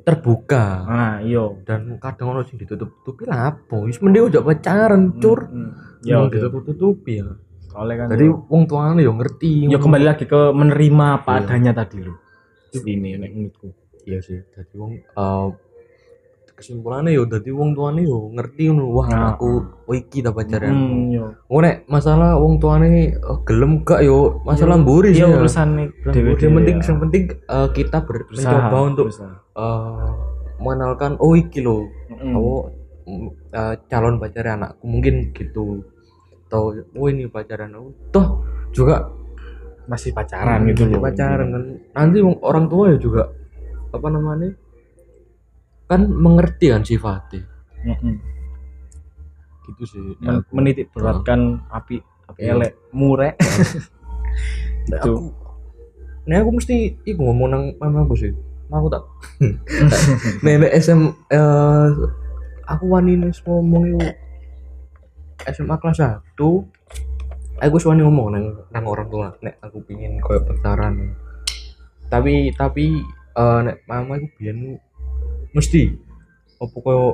S1: terbuka
S2: Ah, iya.
S1: dan kadang ono sing ditutup-tutupi lapo wis mending ojo pacaran cur
S2: Hmm, hmm. Iya,
S1: yo
S2: iya.
S1: ditutup-tutupi ya
S2: Soalnya kan.
S1: jadi wong tuane yo ngerti ngono.
S2: ya kembali lagi ke menerima apa
S1: Iya.
S2: adanya tadi lho. Ini nek menurutku.
S1: iya sih dadi wong eh kesimpulannya yo dadi wong tuane yo ngerti ngono wah
S2: Nah.
S1: aku oh iki ta pacaran
S2: Hmm, iya.
S1: ngono nek masalah wong tuane eh, gelem gak yo masalah
S2: Iya,
S1: mburi sih
S2: Iya
S1: ya.
S2: urusan
S1: Urusan
S2: dhewe.
S1: mburi. yang penting yang penting eh, kita ber mencoba untuk eh, mengenalkan oh iki lo oh
S2: Oh,
S1: mm, eh, calon pacar anakku mungkin gitu atau oh ini pacaran aku toh juga
S2: masih pacaran gitu
S1: Jadi
S2: loh.
S1: pacaran kan nanti wong- orang tua ya juga apa namanya kan mengerti kan sifatnya
S2: Heeh.
S1: gitu sih
S2: Men-
S1: aku,
S2: hmm. menitik beratkan api api
S1: Iya.
S2: elek murek
S1: aku
S2: itu
S1: nah aku mesti iku ngomong nang mamaku sih mamaku tak nenek SM eh, aku wani nih ngomong iku SMA kelas 1 aku wis wani ngomong nang nang orang tua nek aku pingin koyo pacaran tapi tapi eh, nek mama iku biyen mesti opo koyo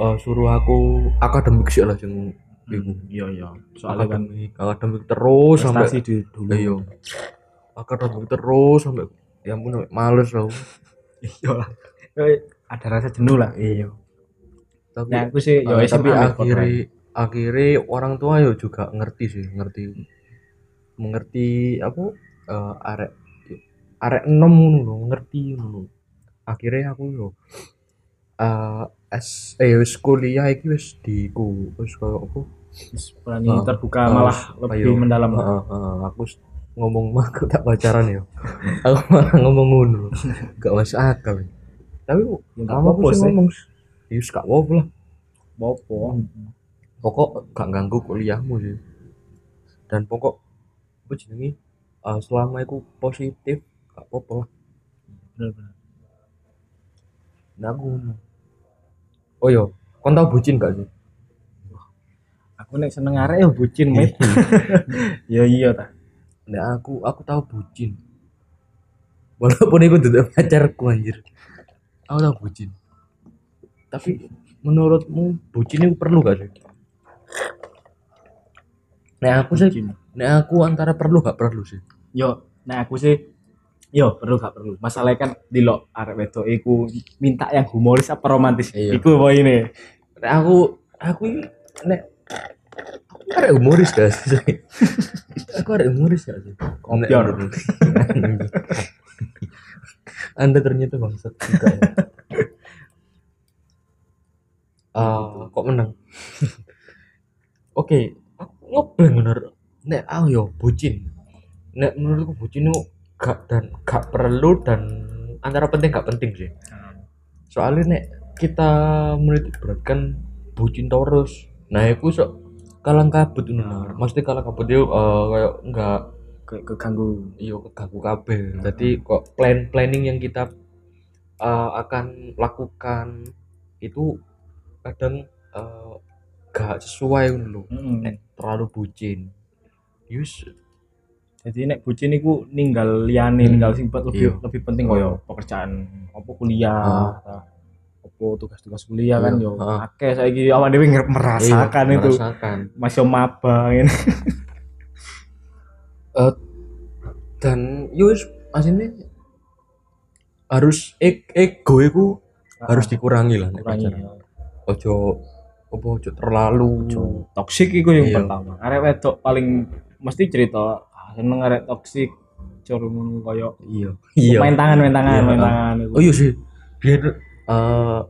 S1: eh, suruh aku akademik sih lah sing iku
S2: iya iya soalnya kan
S1: akademik, akademik terus sampai
S2: prestasi di dulu
S1: Lah iya. Akademik terus sampai ya ampun sampai males aku.
S2: iya lah Eh, ada rasa jenuh lah iya
S1: Tapi
S2: nah aku sih
S1: eh,
S2: yo
S1: tapi
S2: SMA lah,
S1: akhirnya akhirnya orang tua yo juga ngerti sih, ngerti mengerti apa eh, arek arek enom ngono lho, ngerti ngono. Akhirnya aku yo eh es eh wis kuliah iki wis diku wis koyo apa
S2: Terus berani
S1: Heeh.
S2: terbuka
S1: Heeh.
S2: malah lebih
S1: Ayo.
S2: mendalam
S1: Heeh, heeh, eh, aku s- ngomong mah aku tak pacaran ya aku malah ngomong ngono gak masuk akal tapi
S2: Ya, gak
S1: mama
S2: apa-apa
S1: aku sih
S2: sih.
S1: ngomong Yus gak apa lah
S2: bopo
S1: pokok gak ganggu kuliahmu sih dan pokok apa jenenge eh, selama aku positif gak apa lah
S2: bener-bener
S1: nah aku ngomong oh yo kon tau bucin gak sih
S2: aku nek seneng arek ya bucin met ya iya ta
S1: nah aku aku tau bucin walaupun aku tidak pacarku anjir aku tau bucin tapi menurutmu bucin itu perlu gak sih nah aku sih
S2: bucin
S1: nah aku antara perlu gak perlu sih
S2: yo nah aku sih yo perlu gak perlu masalahnya kan di lo arek wedok iku minta yang humoris apa romantis
S1: Iya.
S2: iku boy ini
S1: nah aku aku ini- nek aku ada humoris gak sih aku ada humoris gak sih
S2: Kopior.
S1: Nek- anda ternyata bangsat juga ya. Eh, kok menang oke aku ngeblank bener nek ah yo bucin nek menurutku bucin itu gak dan gak perlu dan antara penting gak penting sih soalnya nek kita menurut beratkan bucin terus nah aku sok kalang kabut ini nah. maksudnya kalang kabut itu eh, kayak nggak
S2: Kayak keganggu
S1: yo keganggu kabeh jadi kok plan planning yang kita eh, akan lakukan itu kadang eh, gak sesuai ngono lho nek terlalu bucin yus
S2: jadi nek bucin niku ninggal liyane
S1: Hmm.
S2: ninggal simpat lebih
S1: Iya.
S2: lebih penting koyo pekerjaan apa kuliah apa tugas-tugas kuliah kan
S1: Iya,
S2: yo
S1: ha.
S2: akeh saiki awak dhewe nger- merasakan
S1: iya,
S2: itu
S1: merasakan
S2: masih maba ini
S1: dan yus maksudnya harus e- ego itu
S2: Ah.
S1: harus dikurangi lah nek
S2: kurangi
S1: pacaran. ojo opo ojo terlalu
S2: Jo, toksik iku
S1: Hmm.
S2: yang
S1: Iya.
S2: pertama arek wedok paling mesti cerita "Ah, seneng arek toksik curung koyo
S1: iya iya
S2: main tangan main tangan
S1: Iya,
S2: main
S1: ha.
S2: tangan iku.
S1: oh iya sih biar eh,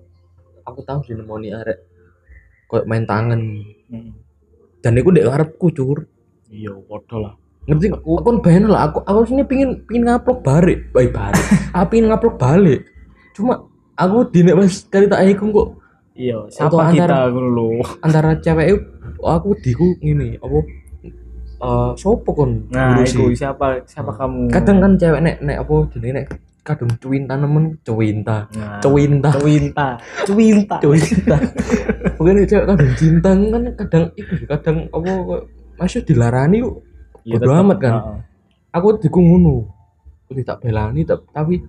S1: aku tahu sih nemoni arek koyo main tangan
S2: Mm.
S1: dan aku ndek arepku cur
S2: iya padha lah
S1: ngerti nggak? Aku kan bayangin lah, aku aku sini pingin pingin ngaplok balik, baik balik. aku pingin ngaplok balik. Cuma aku di nek mas cerita aku kok
S2: iya siapa
S1: antara-
S2: kita ngono lho
S1: antara cewek itu, aku diku ini apa eh sopo kon
S2: nah
S1: ngurusi?
S2: iku siapa siapa kamu
S1: kadang kan cewek nek nek apa jenenge nek kadung cuwinta nemen cuwinta
S2: Nah,
S1: cuwinta
S2: Cuwinta, cuwinta.
S1: cinta mungkin itu kadang cinta kan kadang itu sih, kadang apa kok masih dilarani kok
S2: Iya,
S1: bodo
S2: tetep.
S1: amat kan
S2: Heeh.
S1: aku diku ngono aku tak belani tap- tapi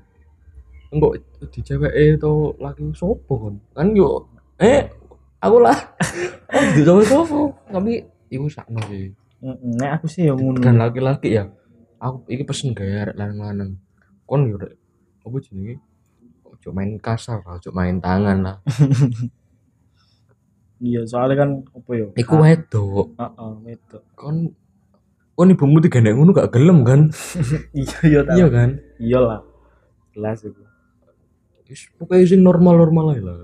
S1: engko di cewek itu laki sopo kan kan yo eh aku lah oh di cewek sopo tapi iku sakno sih
S2: Heeh, Nek aku sih yang ngono.
S1: dan laki-laki ya aku iki pesen gaya arek lanang-lanang kon yo rek apa jenenge ojo main kasar lah ojo main tangan lah
S2: Iya, soalnya kan apa ya?
S1: iku wedok
S2: Ah, ah, wedok.
S1: kon kon ibumu digandeng ngono gak gelem kan
S2: Iya, iya tak.
S1: iya kan
S2: Iya lah. Jelas itu.
S1: Is, pokoknya sing normal normal aja lah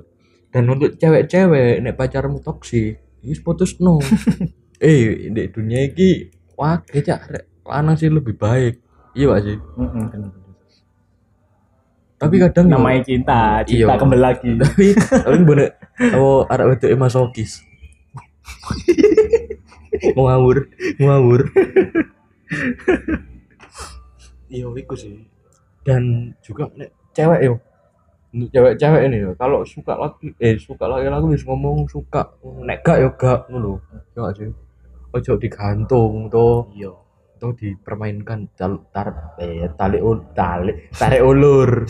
S1: dan untuk cewek-cewek nek pacarmu toksik is putus no eh di dunia iki wah cak rek lanang sih lebih baik iya pak sih
S2: Heeh, bener.
S1: tapi kadang yo-
S2: Hmm. Namanya cinta, cinta
S1: Iya.
S2: kembali lagi.
S1: tapi tapi bener oh arah itu masokis ngawur ngawur iya iku sih dan juga nek cewek yo untuk cewek-cewek ini yo kalau suka lagi eh suka lagi lagi wis ngomong suka nek gak yo gak ngono yo gak sih ojo digantung to
S2: Iya.
S1: to dipermainkan tal tar eh tali ul- tali tarik ulur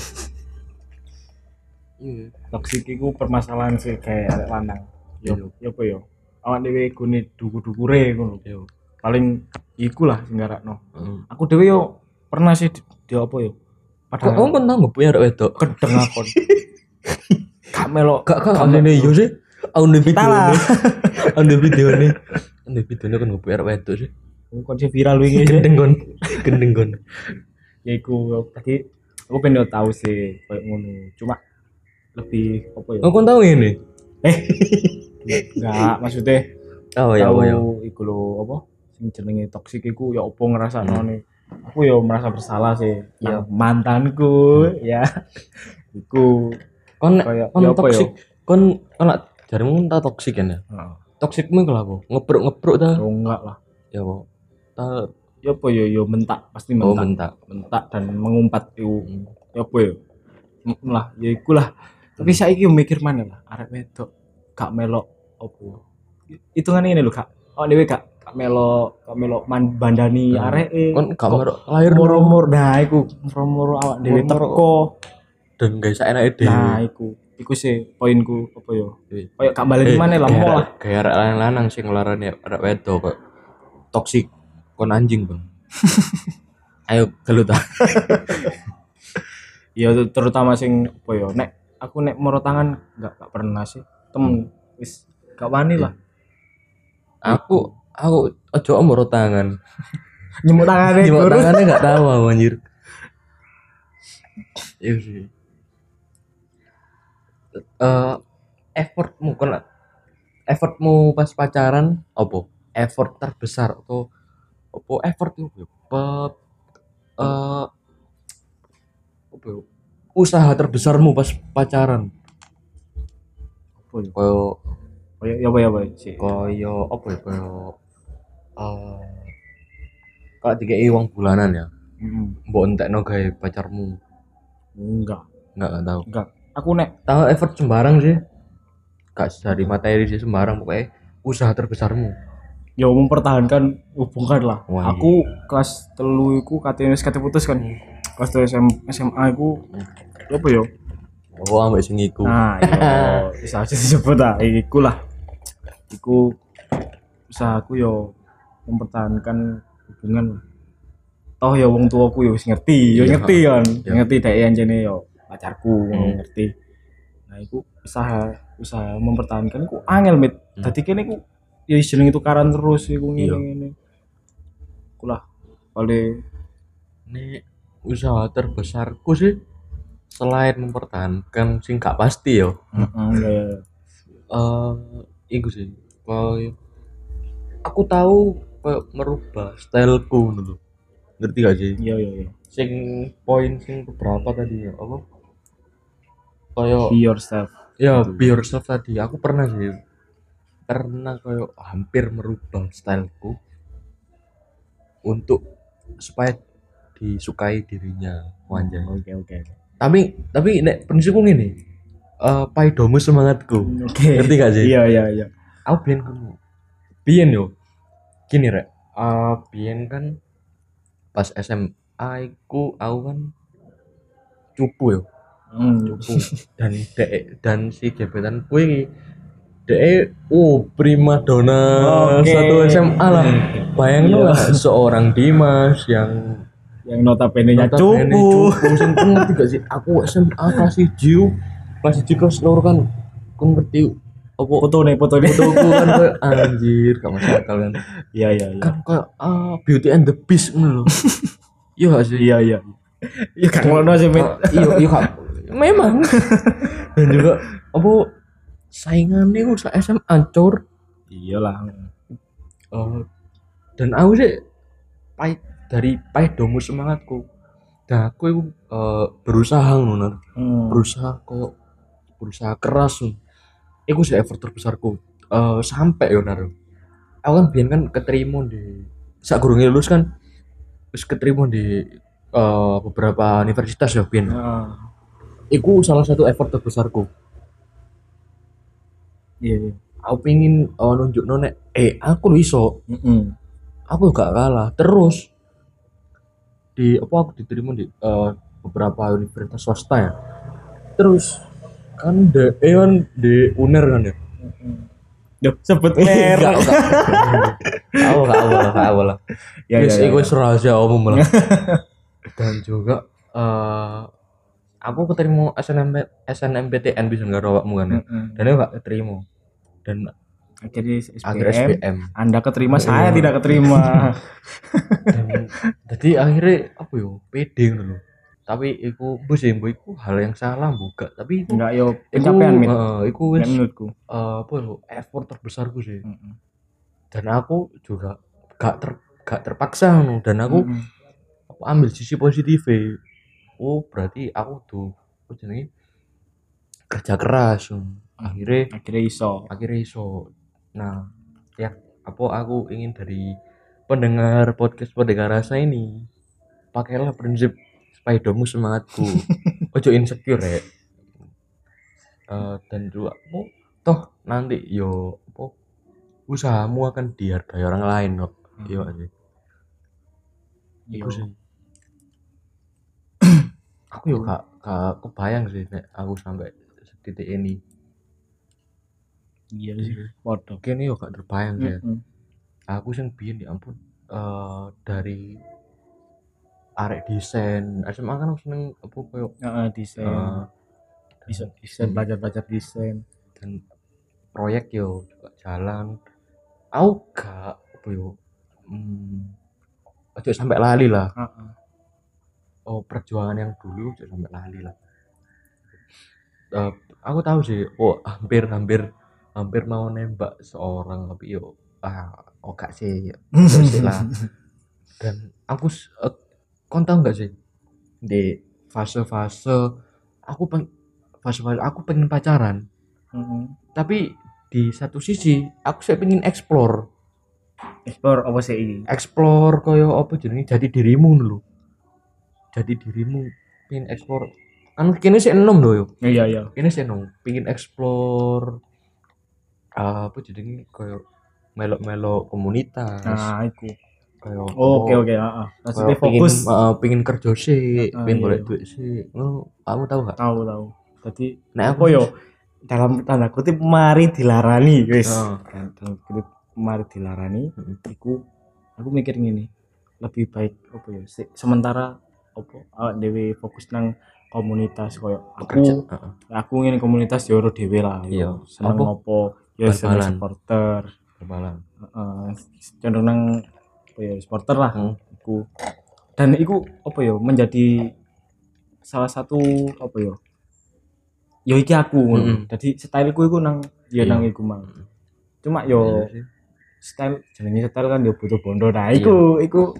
S1: iya
S2: Toksik iku permasalahan sih kayak arek lanang. Yo,
S1: Iya.
S2: yo apa yo? Awak dhewe gune duku-dukure ngono.
S1: yo
S2: Paling iku lah sing ngarakno.
S1: Heeh.
S2: Aku dhewe yo pernah sih di, di apa yo?
S1: Kok
S2: Padahal
S1: kamu kan tahu punya arek wedok?
S2: kedeng aku. Gak melok.
S1: Kak kak
S2: Gak
S1: kamu ini
S2: melok.
S1: yo sih. Aku di video
S2: lah.
S1: ini. Aku di video ini. Aku di video ini kan nggak punya arek wedok sih.
S2: Ini konsep viral wingi sih.
S1: Gendeng kon. Gendeng kon.
S2: ya iku tadi aku pengen tahu sih kayak ngono cuma lebih apa ya
S1: Oh kon tahu ini?
S2: enggak maksudnya
S1: Oh ya
S2: tahu
S1: oh ya.
S2: iku lo apa sing jenenge toksik iku ya opo ngerasa
S1: Hmm.
S2: aku ya merasa bersalah sih
S1: Iya. Hmm.
S2: Nang mantanku ya iku
S1: Kon
S2: kayak
S1: kon
S2: ya apa ya
S1: toksik. Kon kon lah jarimu kan tak toksik kan ya.
S2: Heeh.
S1: Toksikmu iku lho apa? Ngebruk ngebruk ta.
S2: Oh, enggak lah
S1: Ya apa? Ta
S2: ya apa ya ya mentak pasti
S1: oh
S2: mentak
S1: mentak.
S2: mentak dan mengumpat iku ya apa ya Mm, lah ya iku lah tapi saiki mikir mana lah arek wedok gak melok opo hitungan ini lho kak oh dewe kak gak melok gak melok man bandani
S1: Hmm.
S2: arek e
S1: Kon gak
S2: Kok
S1: merok lahir dulu.
S2: moro-moro nah iku moro-moro awak dewe
S1: Moro-moro.
S2: teko
S1: dan gak bisa enak ide.
S2: nah iku iku sih poinku apa yo
S1: Eh.
S2: koyo gak balik mana lah mau lah
S1: Kayak arek lanang-lanang sing ngelarani arek wedok kok toksik kon anjing, Bang. Ayo gelut ta.
S2: ya terutama sing apa yo nek aku nek moro tangan gak gak pernah sih
S1: Hmm.
S2: temen wis gak wani lah
S1: aku aku ojo moro tangan
S2: nyemuk tangane
S1: Jempol
S2: Gur.
S1: tangannya nggak tahu aku anjir iya sih Eh, effortmu kan effortmu pas pacaran apa effort terbesar atau opo effort itu ya, pe- eh, apa ya, usaha terbesarmu pas pacaran
S2: Apa ya?
S1: koyo
S2: Oh, ya, ya, apa, ya, apa, sih.
S1: koyo apa ya koyo eh kak tiga uang bulanan ya
S2: Mm-mm.
S1: mbok entekno gawe pacarmu
S2: Enggak,
S1: enggak enggak tahu
S2: enggak. Aku nek
S1: tahu effort sembarang sih gak dari materi sih sembarang pokoknya usaha terbesarmu
S2: ya mempertahankan hubungan lah.
S1: Wah, iya. Hmm.
S2: aku kelas telu iku katanya wis kate putus kan. Kelas telu SM, SMA iku apa ya?
S1: oh ambek sing iku
S2: Nah, iya, bisa aja disebut lah, iku lah. Iku usahaku yo mempertahankan hubungan. Toh ya wong tuaku yo wis ngerti, yo
S1: Iya,
S2: ngerti kan.
S1: iya.
S2: Ngerti dek anjene yo pacarku
S1: Hmm.
S2: ngerti. Nah, iku usaha usaha mempertahankan ku angel mit.
S1: Hmm.
S2: Dadi kene ku ya jeneng itu karan terus iku
S1: Iya.
S2: ngene-ngene. Iku lah oleh
S1: ini usaha terbesarku sih selain mempertahankan sing gak pasti yo
S2: heeh
S1: eh iku sih koyo aku tahu koyo merubah styleku dulu ngerti gak sih
S2: iya iya iya.
S1: sing poin sing berapa tadi ya apa koyo
S2: Be yourself.
S1: ya be yourself tadi aku pernah sih pernah kayak hampir merubah styleku untuk supaya disukai dirinya wajar
S2: Oke oke.
S1: tapi tapi nek prinsipku ngene eh paidomu semangatku
S2: Oke.
S1: ngerti gak sih
S2: Iya iya iya.
S1: aku biyen kamu biyen yo gini rek Eh biyen kan pas SMA ku aku kan cupu ya, yo Ah,
S2: Hmm.
S1: cupu dan dek dan si gebetan ku ini dek oh prima donna
S2: Oke. Iya.
S1: satu SMA lah bayangin lah seorang Dimas yang
S2: yang notabene nya
S1: notabene
S2: cupu
S1: cupu sing ku ngerti gak sih aku SMA kelas jiu kelas jiu kelas loro kan ku ngerti apa
S2: foto nih foto nih
S1: fotoku kan kayak anjir gak masuk akal kan
S2: iya iya iya
S1: kan kayak ah, beauty and the beast ngono lho iya gak sih
S2: iya iya iya kang ngono sih mit
S1: Ah, iya iya Kak. memang dan juga apa saingannya kok sa- SMA cor
S2: iyalah
S1: Eh, dan aku sih pahit dari pahit domu semangatku dan aku itu eh, berusaha ngono
S2: hmm.
S1: berusaha kok berusaha keras Nun. Iku sih effort terbesarku Eh, sampai yo naro aku kan biyen kan keterima di saat gurungi lulus kan terus keterima di eh, beberapa universitas ya biyen
S2: Nah,
S1: Iku salah satu effort terbesarku
S2: iya iya
S1: aku pingin eh, nunjuk nek eh aku lo iso
S2: Mm-mm.
S1: aku gak kalah terus di apa aku diterima di eh, beberapa universitas swasta ya terus kan de eh, kan di uner kan ya
S2: Mm-mm. Duh, sebut
S1: Enggak, enggak.
S2: merek.
S1: Gak Ya, awal gak awal gak awal lah
S2: Iya,
S1: Wis,
S2: iya,
S1: iku
S2: iya.
S1: wis rahasia umum lah dan juga eh aku keterima SNMP SNMPTN bisa nggak awakmu kan ya
S2: Mm-mm.
S1: dan aku gak keterima dan
S2: Akhirnya
S1: akhirnya
S2: SPM
S1: SPM
S2: Anda keterima saya
S1: Iya.
S2: tidak keterima
S1: Dan- jadi akhirnya apa yo pede ngono lho. tapi iku mbok sih mbok iku hal yang salah mbok gak tapi iku
S2: enggak yo
S1: iku
S2: pencapaian mit
S1: heeh, iku wis
S2: Nek menurutku
S1: eh, apa yo effort terbesarku sih
S2: Mm-mm.
S1: dan aku juga gak ter gak terpaksa ngono dan aku
S2: Mm-mm.
S1: aku ambil sisi positif oh berarti aku tuh apa jenenge kerja keras ngono. akhirnya
S2: akhirnya iso
S1: akhirnya iso nah ya apa aku ingin dari pendengar podcast pendengar rasa ini pakailah prinsip spidermu semangatku ojo insecure ya Eh, dan juga oh, toh nanti yo apa usahamu akan dihargai orang lain kok iya
S2: Hmm.
S1: gak sih?
S2: Iya.
S1: Iku sih. aku yo gak gak kebayang sih nek aku sampai titik ini
S2: iya sih Hmm. waduh
S1: kini yo gak terbayang sih
S2: Mm-mm.
S1: aku sing biyen ya ampun eh dari arek desain SMA kan aku seneng apa koyo
S2: Heeh, Ah, desain
S1: eh,
S2: Bisa desain
S1: Hmm.
S2: belajar-belajar desain
S1: dan proyek yo juga jalan aku gak apa yo hmm, ojo sampai lali lah
S2: Heeh.
S1: oh perjuangan yang dulu ojo sampai lali lah Eh, aku tahu sih oh hampir hampir hampir mau nembak seorang tapi yo ah oh gak Iya sih ya, gak sih lah dan aku s- eh, kon tau nggak sih di fase-fase aku peng fase-fase aku pengen pacaran
S2: Mm-hmm.
S1: tapi di satu sisi aku saya pengen explore
S2: Explore apa sih ini?
S1: explore koyo apa jenenge jadi dirimu dulu jadi dirimu pengen explore anu kini sih enom loh yo
S2: Iya iya.
S1: ini sih enom pengen explore eh, apa jenenge koyo melok-melok komunitas
S2: Nah, iku. Oh.
S1: koyo
S2: Oke oke, heeh. Ah,
S1: Kayak
S2: Maksudnya fokus
S1: pingin, uh, pingin kerja sih
S2: Ah,
S1: pingin
S2: iya,
S1: golek
S2: iya.
S1: duit sih Ngono, kamu tahu gak
S2: tahu tahu. Tadi
S1: nek
S2: apa Oh, yo? Dalam tanda kutip mari dilarani, guys.
S1: Heeh.
S2: Oh. Dalam tanda kutip mari dilarani.
S1: Heeh.
S2: Iku aku mikir ngene. Lebih baik apa ya? se- Sementara apa awak dhewe fokus nang komunitas koyo
S1: kerja
S2: aku aku ngene komunitas yo ora dhewe lah yo.
S1: Iya.
S2: seneng
S1: Apa?
S2: ngopo yo seneng
S1: Bal-balan.
S2: supporter
S1: kebalan
S2: Heeh, cenderung eh, nang apa ya supporter lah
S1: Hmm.
S2: iku dan iku apa ya menjadi salah satu apa ya yo iki aku ngono.
S1: Mm-mm.
S2: jadi styleku iku nang
S1: Hmm.
S2: yo
S1: Iya.
S2: nang iku mang cuma yo style jenenge style kan yo butuh bondo nah iku iku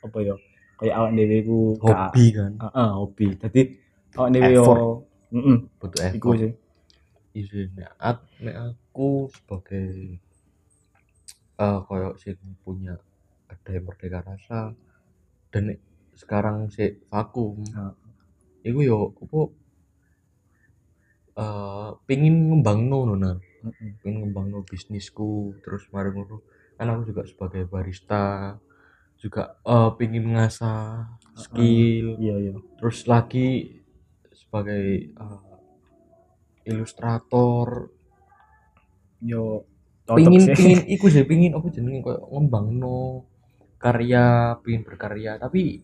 S2: apa yo kayak awak dhewe iku gak-
S1: hobi kan
S2: Heeh, hobi jadi awak dhewe yo
S1: Effort.
S2: heeh
S1: butuh
S2: iku
S1: effort
S2: sih
S1: Iya, nek aku, nek aku sebagai eh koyo sing punya kedai merdeka rasa dan nek sekarang si vakum
S2: Ah.
S1: iku yo apa eh pingin ngembangno no
S2: Heeh.
S1: pengen ngembangin bisnisku terus mari ngono kan aku juga sebagai barista juga eh pengen ngasah skill
S2: iya iya
S1: terus lagi sebagai eh, ilustrator
S2: yo
S1: pingin
S2: sih.
S1: pingin iku sih pingin aku jenenge koyo ngembangno karya pingin berkarya tapi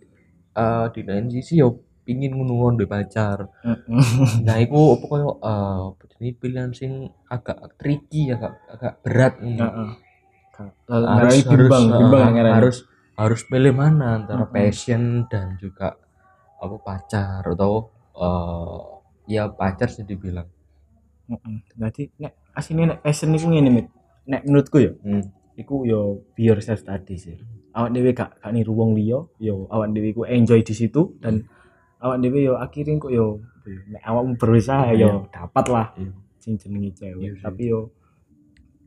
S1: eh di lain sisi yo pingin ngono duwe pacar
S2: Heeh.
S1: nah iku apa koyo eh jenenge pilihan sing agak tricky agak agak berat ngono.
S2: Heeh.
S1: harus
S2: Ngarani bimbang,
S1: harus,
S2: bimbang
S1: uh,
S2: ngarani.
S1: harus harus pilih mana antara
S2: eh, Mm-mm.
S1: passion dan juga apa pacar atau eh, ya pacar sih dibilang
S2: Heeh. Jadi nek asine nek passion niku ngene mit. Nek menurutku ya,
S1: Hmm.
S2: iku yo be yourself tadi sih. Awak dhewe gak gak niru wong liya, yo awak dhewe iku enjoy di situ dan awak dhewe yo akhirnya kok yo apa yo, nek awakmu berusaha yo dapat lah
S1: Iya.
S2: sing
S1: Iya
S2: jenenge cewek.
S1: sih.
S2: Tapi yo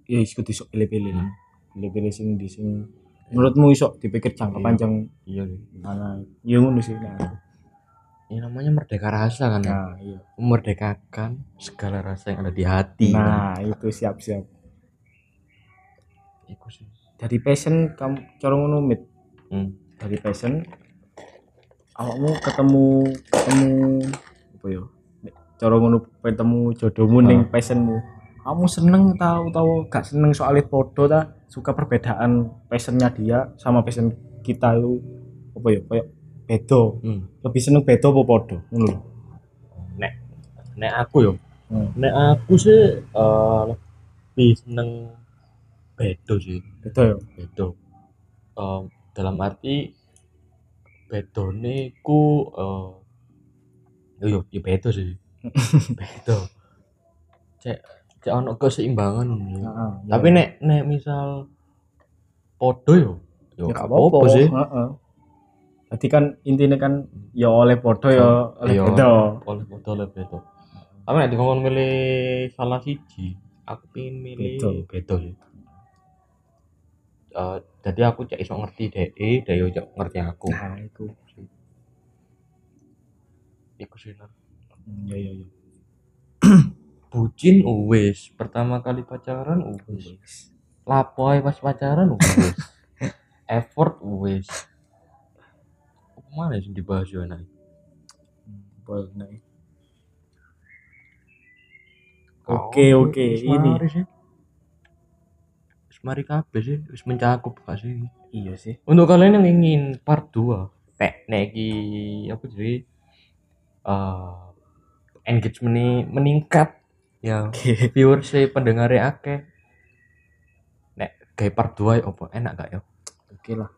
S2: ya iso kudu iso pilih-pilih lah.
S1: Hmm.
S2: Pilih-pilih sing di sing menurutmu iso dipikir
S1: Iya.
S2: jangka panjang
S1: iya sih.
S2: mana yo ngono sih nek aku.
S1: ini namanya merdeka rasa kan ya
S2: Nah, iya.
S1: memerdekakan segala rasa yang ada di hati kan.
S2: Nah, itu siap-siap.
S1: itu sih
S2: dari passion kamu cara ngono mit
S1: Hmm.
S2: dari passion awakmu ketemu ketemu apa ya Nek cara ngono ketemu jodohmu ning
S1: Ah.
S2: passionmu kamu seneng tahu tahu gak seneng soalnya podo ta suka perbedaan passionnya dia sama passion kita itu apa ya kayak bedo
S1: Hmm.
S2: lebih seneng bedo apa podo ngono lho.
S1: nek nek aku yo
S2: Hmm.
S1: nek aku sih eh, lebih seneng bedo sih
S2: bedo ya
S1: bedo Em, dalam arti bedone ku eh yo yo bedo sih bedo cek cek ono keseimbangan ngono.
S2: Heeh, ya.
S1: Hmm. tapi nek nek misal podo yo yo
S2: ya
S1: gak
S2: gak
S1: Gitu. apa-apa sih
S2: Heeh. Jadi kan intinya kan ya oleh podo ya oleh
S1: Iya.
S2: bedo.
S1: oleh podo oleh bedo tapi nek dikon milih salah siji aku pengin
S2: Bedo.
S1: milih bedo sih Eh, jadi aku cek iso ngerti dhek, e, dhek yo cek ngerti aku.
S2: Nah, itu.
S1: Iku sih Nar.
S2: Ya ya ya.
S1: bucin uwes pertama kali pacaran oh, uwes lapoy pas pacaran uwes effort uwes apa mana sih dibahas yo anak
S2: Boleh. Oke, oke, ini.
S1: wis mari kabeh sih wis mencakup gak sih
S2: Iya sih.
S1: untuk kalian yang ingin part 2 tek nek iki apa jadi eh engagement ini meningkat ya
S2: Oke.
S1: viewer sih pendengarnya akeh nek kayak part 2 apa enak gak ya
S2: Oke lah.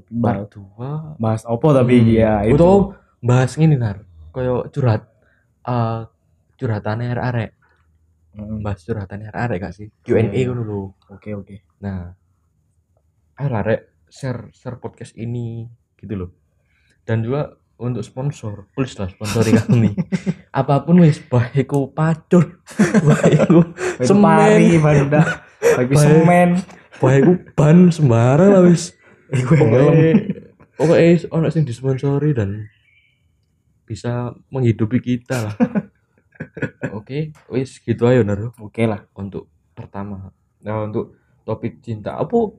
S2: Tapi
S1: part
S2: bahas,
S1: 2
S2: bahas opo tapi
S1: Hmm.
S2: ya itu.
S1: Utawa bahas ngene nar. Kaya curhat eh curhatane arek-arek, E.
S2: Mm,
S1: bahas E curhatane arek-arek gak sih? Q&A
S2: Iya, iya.
S1: ngono lho.
S2: Oke oke.
S1: Nah, ayo arek share share podcast ini gitu loh dan juga untuk sponsor please lah sponsori kami apapun wis baikku pacul baikku
S2: Baik
S1: Semen.
S2: pari banda bagi
S1: Baik.
S2: semen
S1: baikku ban sembarang lah wis
S2: Pokoknya-
S1: pokoknya ono sing disponsori dan bisa menghidupi kita lah oke wis gitu ayo naro
S2: oke lah
S1: untuk pertama nah untuk topik cinta apa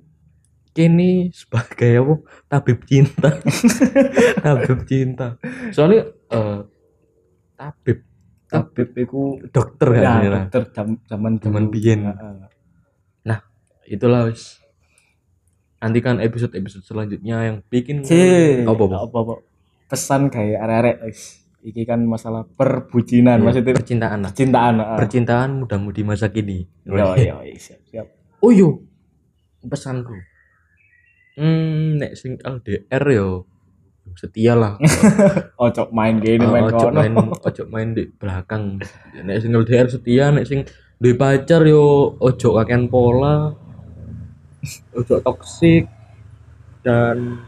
S1: kini sebagai apa tabib cinta tabib cinta soalnya eh, tabib
S2: tabib iku
S1: dokter kan
S2: ya,
S1: ini lah.
S2: dokter jam zaman
S1: Zaman
S2: dulu.
S1: biyen.
S2: Heeh.
S1: itulah wis nantikan episode episode selanjutnya yang bikin
S2: Cih,
S1: apa apa
S2: apa apa pesan kayak arek-arek wis. iki kan masalah
S1: Iya.
S2: perbucinan Kan, maksudnya
S1: percintaan lah
S2: percintaan heeh.
S1: percintaan muda-mudi masa kini
S2: Yo
S1: iya.
S2: yo siap siap.
S1: oh yo pesanku hmm nek sing LDR yo setia lah
S2: Ojo main gini
S1: Oh,
S2: main
S1: ojo
S2: kono.
S1: main ojo main di belakang nek sing LDR setia nek sing duwe pacar yo ojo kakean pola ojo toksik dan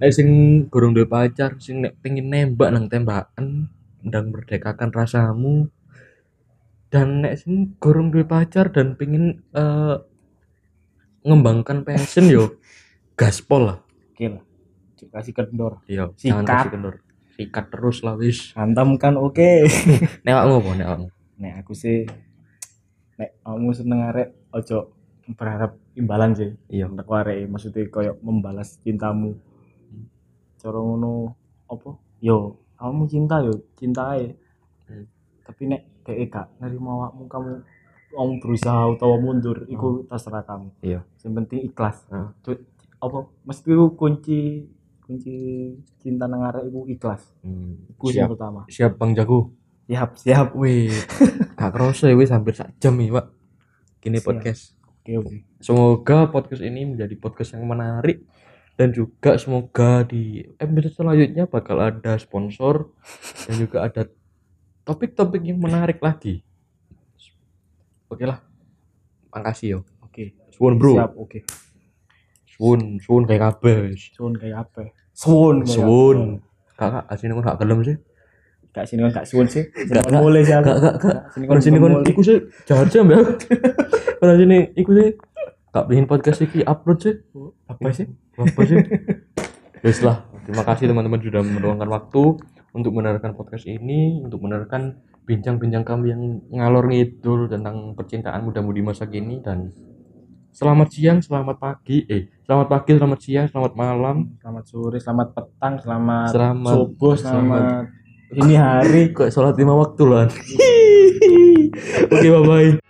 S1: nek sing gorong duwe pacar sing nek pengin nembak nang tembakan dan merdekakan rasamu dan nek sing gorong duwe pacar dan pengin eh, ngembangkan passion yo gaspol lah
S2: Oke lah. Cuk, Kasih kendor.
S1: yo
S2: Sikat.
S1: kasih kendor sikat terus lah wis
S2: Hantam kan oke.
S1: nek awakmu apa nek awakmu?
S2: Nek aku sih nek kamu seneng arek ojo berharap imbalan sih.
S1: Iya.
S2: Entek arek maksudnya koyo membalas cintamu. Cara ngono opo? Yo, kamu cinta yo, cintai.
S1: Hmm.
S2: Tapi nek dhek gak nerima awakmu kamu kamu berusaha atau mundur iku terserah kamu.
S1: Hmm. Iya. Hmm.
S2: Yang penting ikhlas.
S1: Heeh.
S2: Cu- Apa mesti ku kunci kunci cinta nang arek iku ikhlas. Iku
S1: Hmm,
S2: sing
S1: siap
S2: pertama.
S1: siap bang jago
S2: Siap, siap.
S1: wih gak kerasa ya wih hampir sak jam ya pak gini
S2: Siap.
S1: podcast
S2: Oke, oke.
S1: semoga podcast ini menjadi podcast yang menarik dan juga semoga di episode selanjutnya bakal ada sponsor dan juga ada topik-topik yang menarik lagi oke lah makasih yo
S2: Oke.
S1: suwun bro
S2: Siap, oke.
S1: suwun suwun kayak kabeh wis.
S2: Suwun kayak apa? Suwun. kayak
S1: suwun
S2: apa?
S1: kakak aslinya kok gak gelem sih
S2: Kak sini kan kak suwun sih.
S1: Gak,
S2: Gak boleh sih aku.
S1: gak, gak, gak.
S2: Sini kan
S1: Orang sini kon iku sih jahat sih ambil. Orang sini iku sih gak pengen podcast iki upload sih.
S2: apa sih?
S1: Apa sih? Wes lah. Terima kasih teman-teman sudah meluangkan waktu untuk mendengarkan podcast ini, untuk mendengarkan bincang-bincang kami yang ngalor ngidul tentang percintaan muda-mudi masa kini dan selamat siang, selamat pagi, eh selamat pagi, selamat siang, selamat malam,
S2: Selamat sore, selamat petang, selamat
S1: selamat
S2: subuh, selamat ini hari.
S1: kayak sholat lima waktu lah. Oke, bye bye.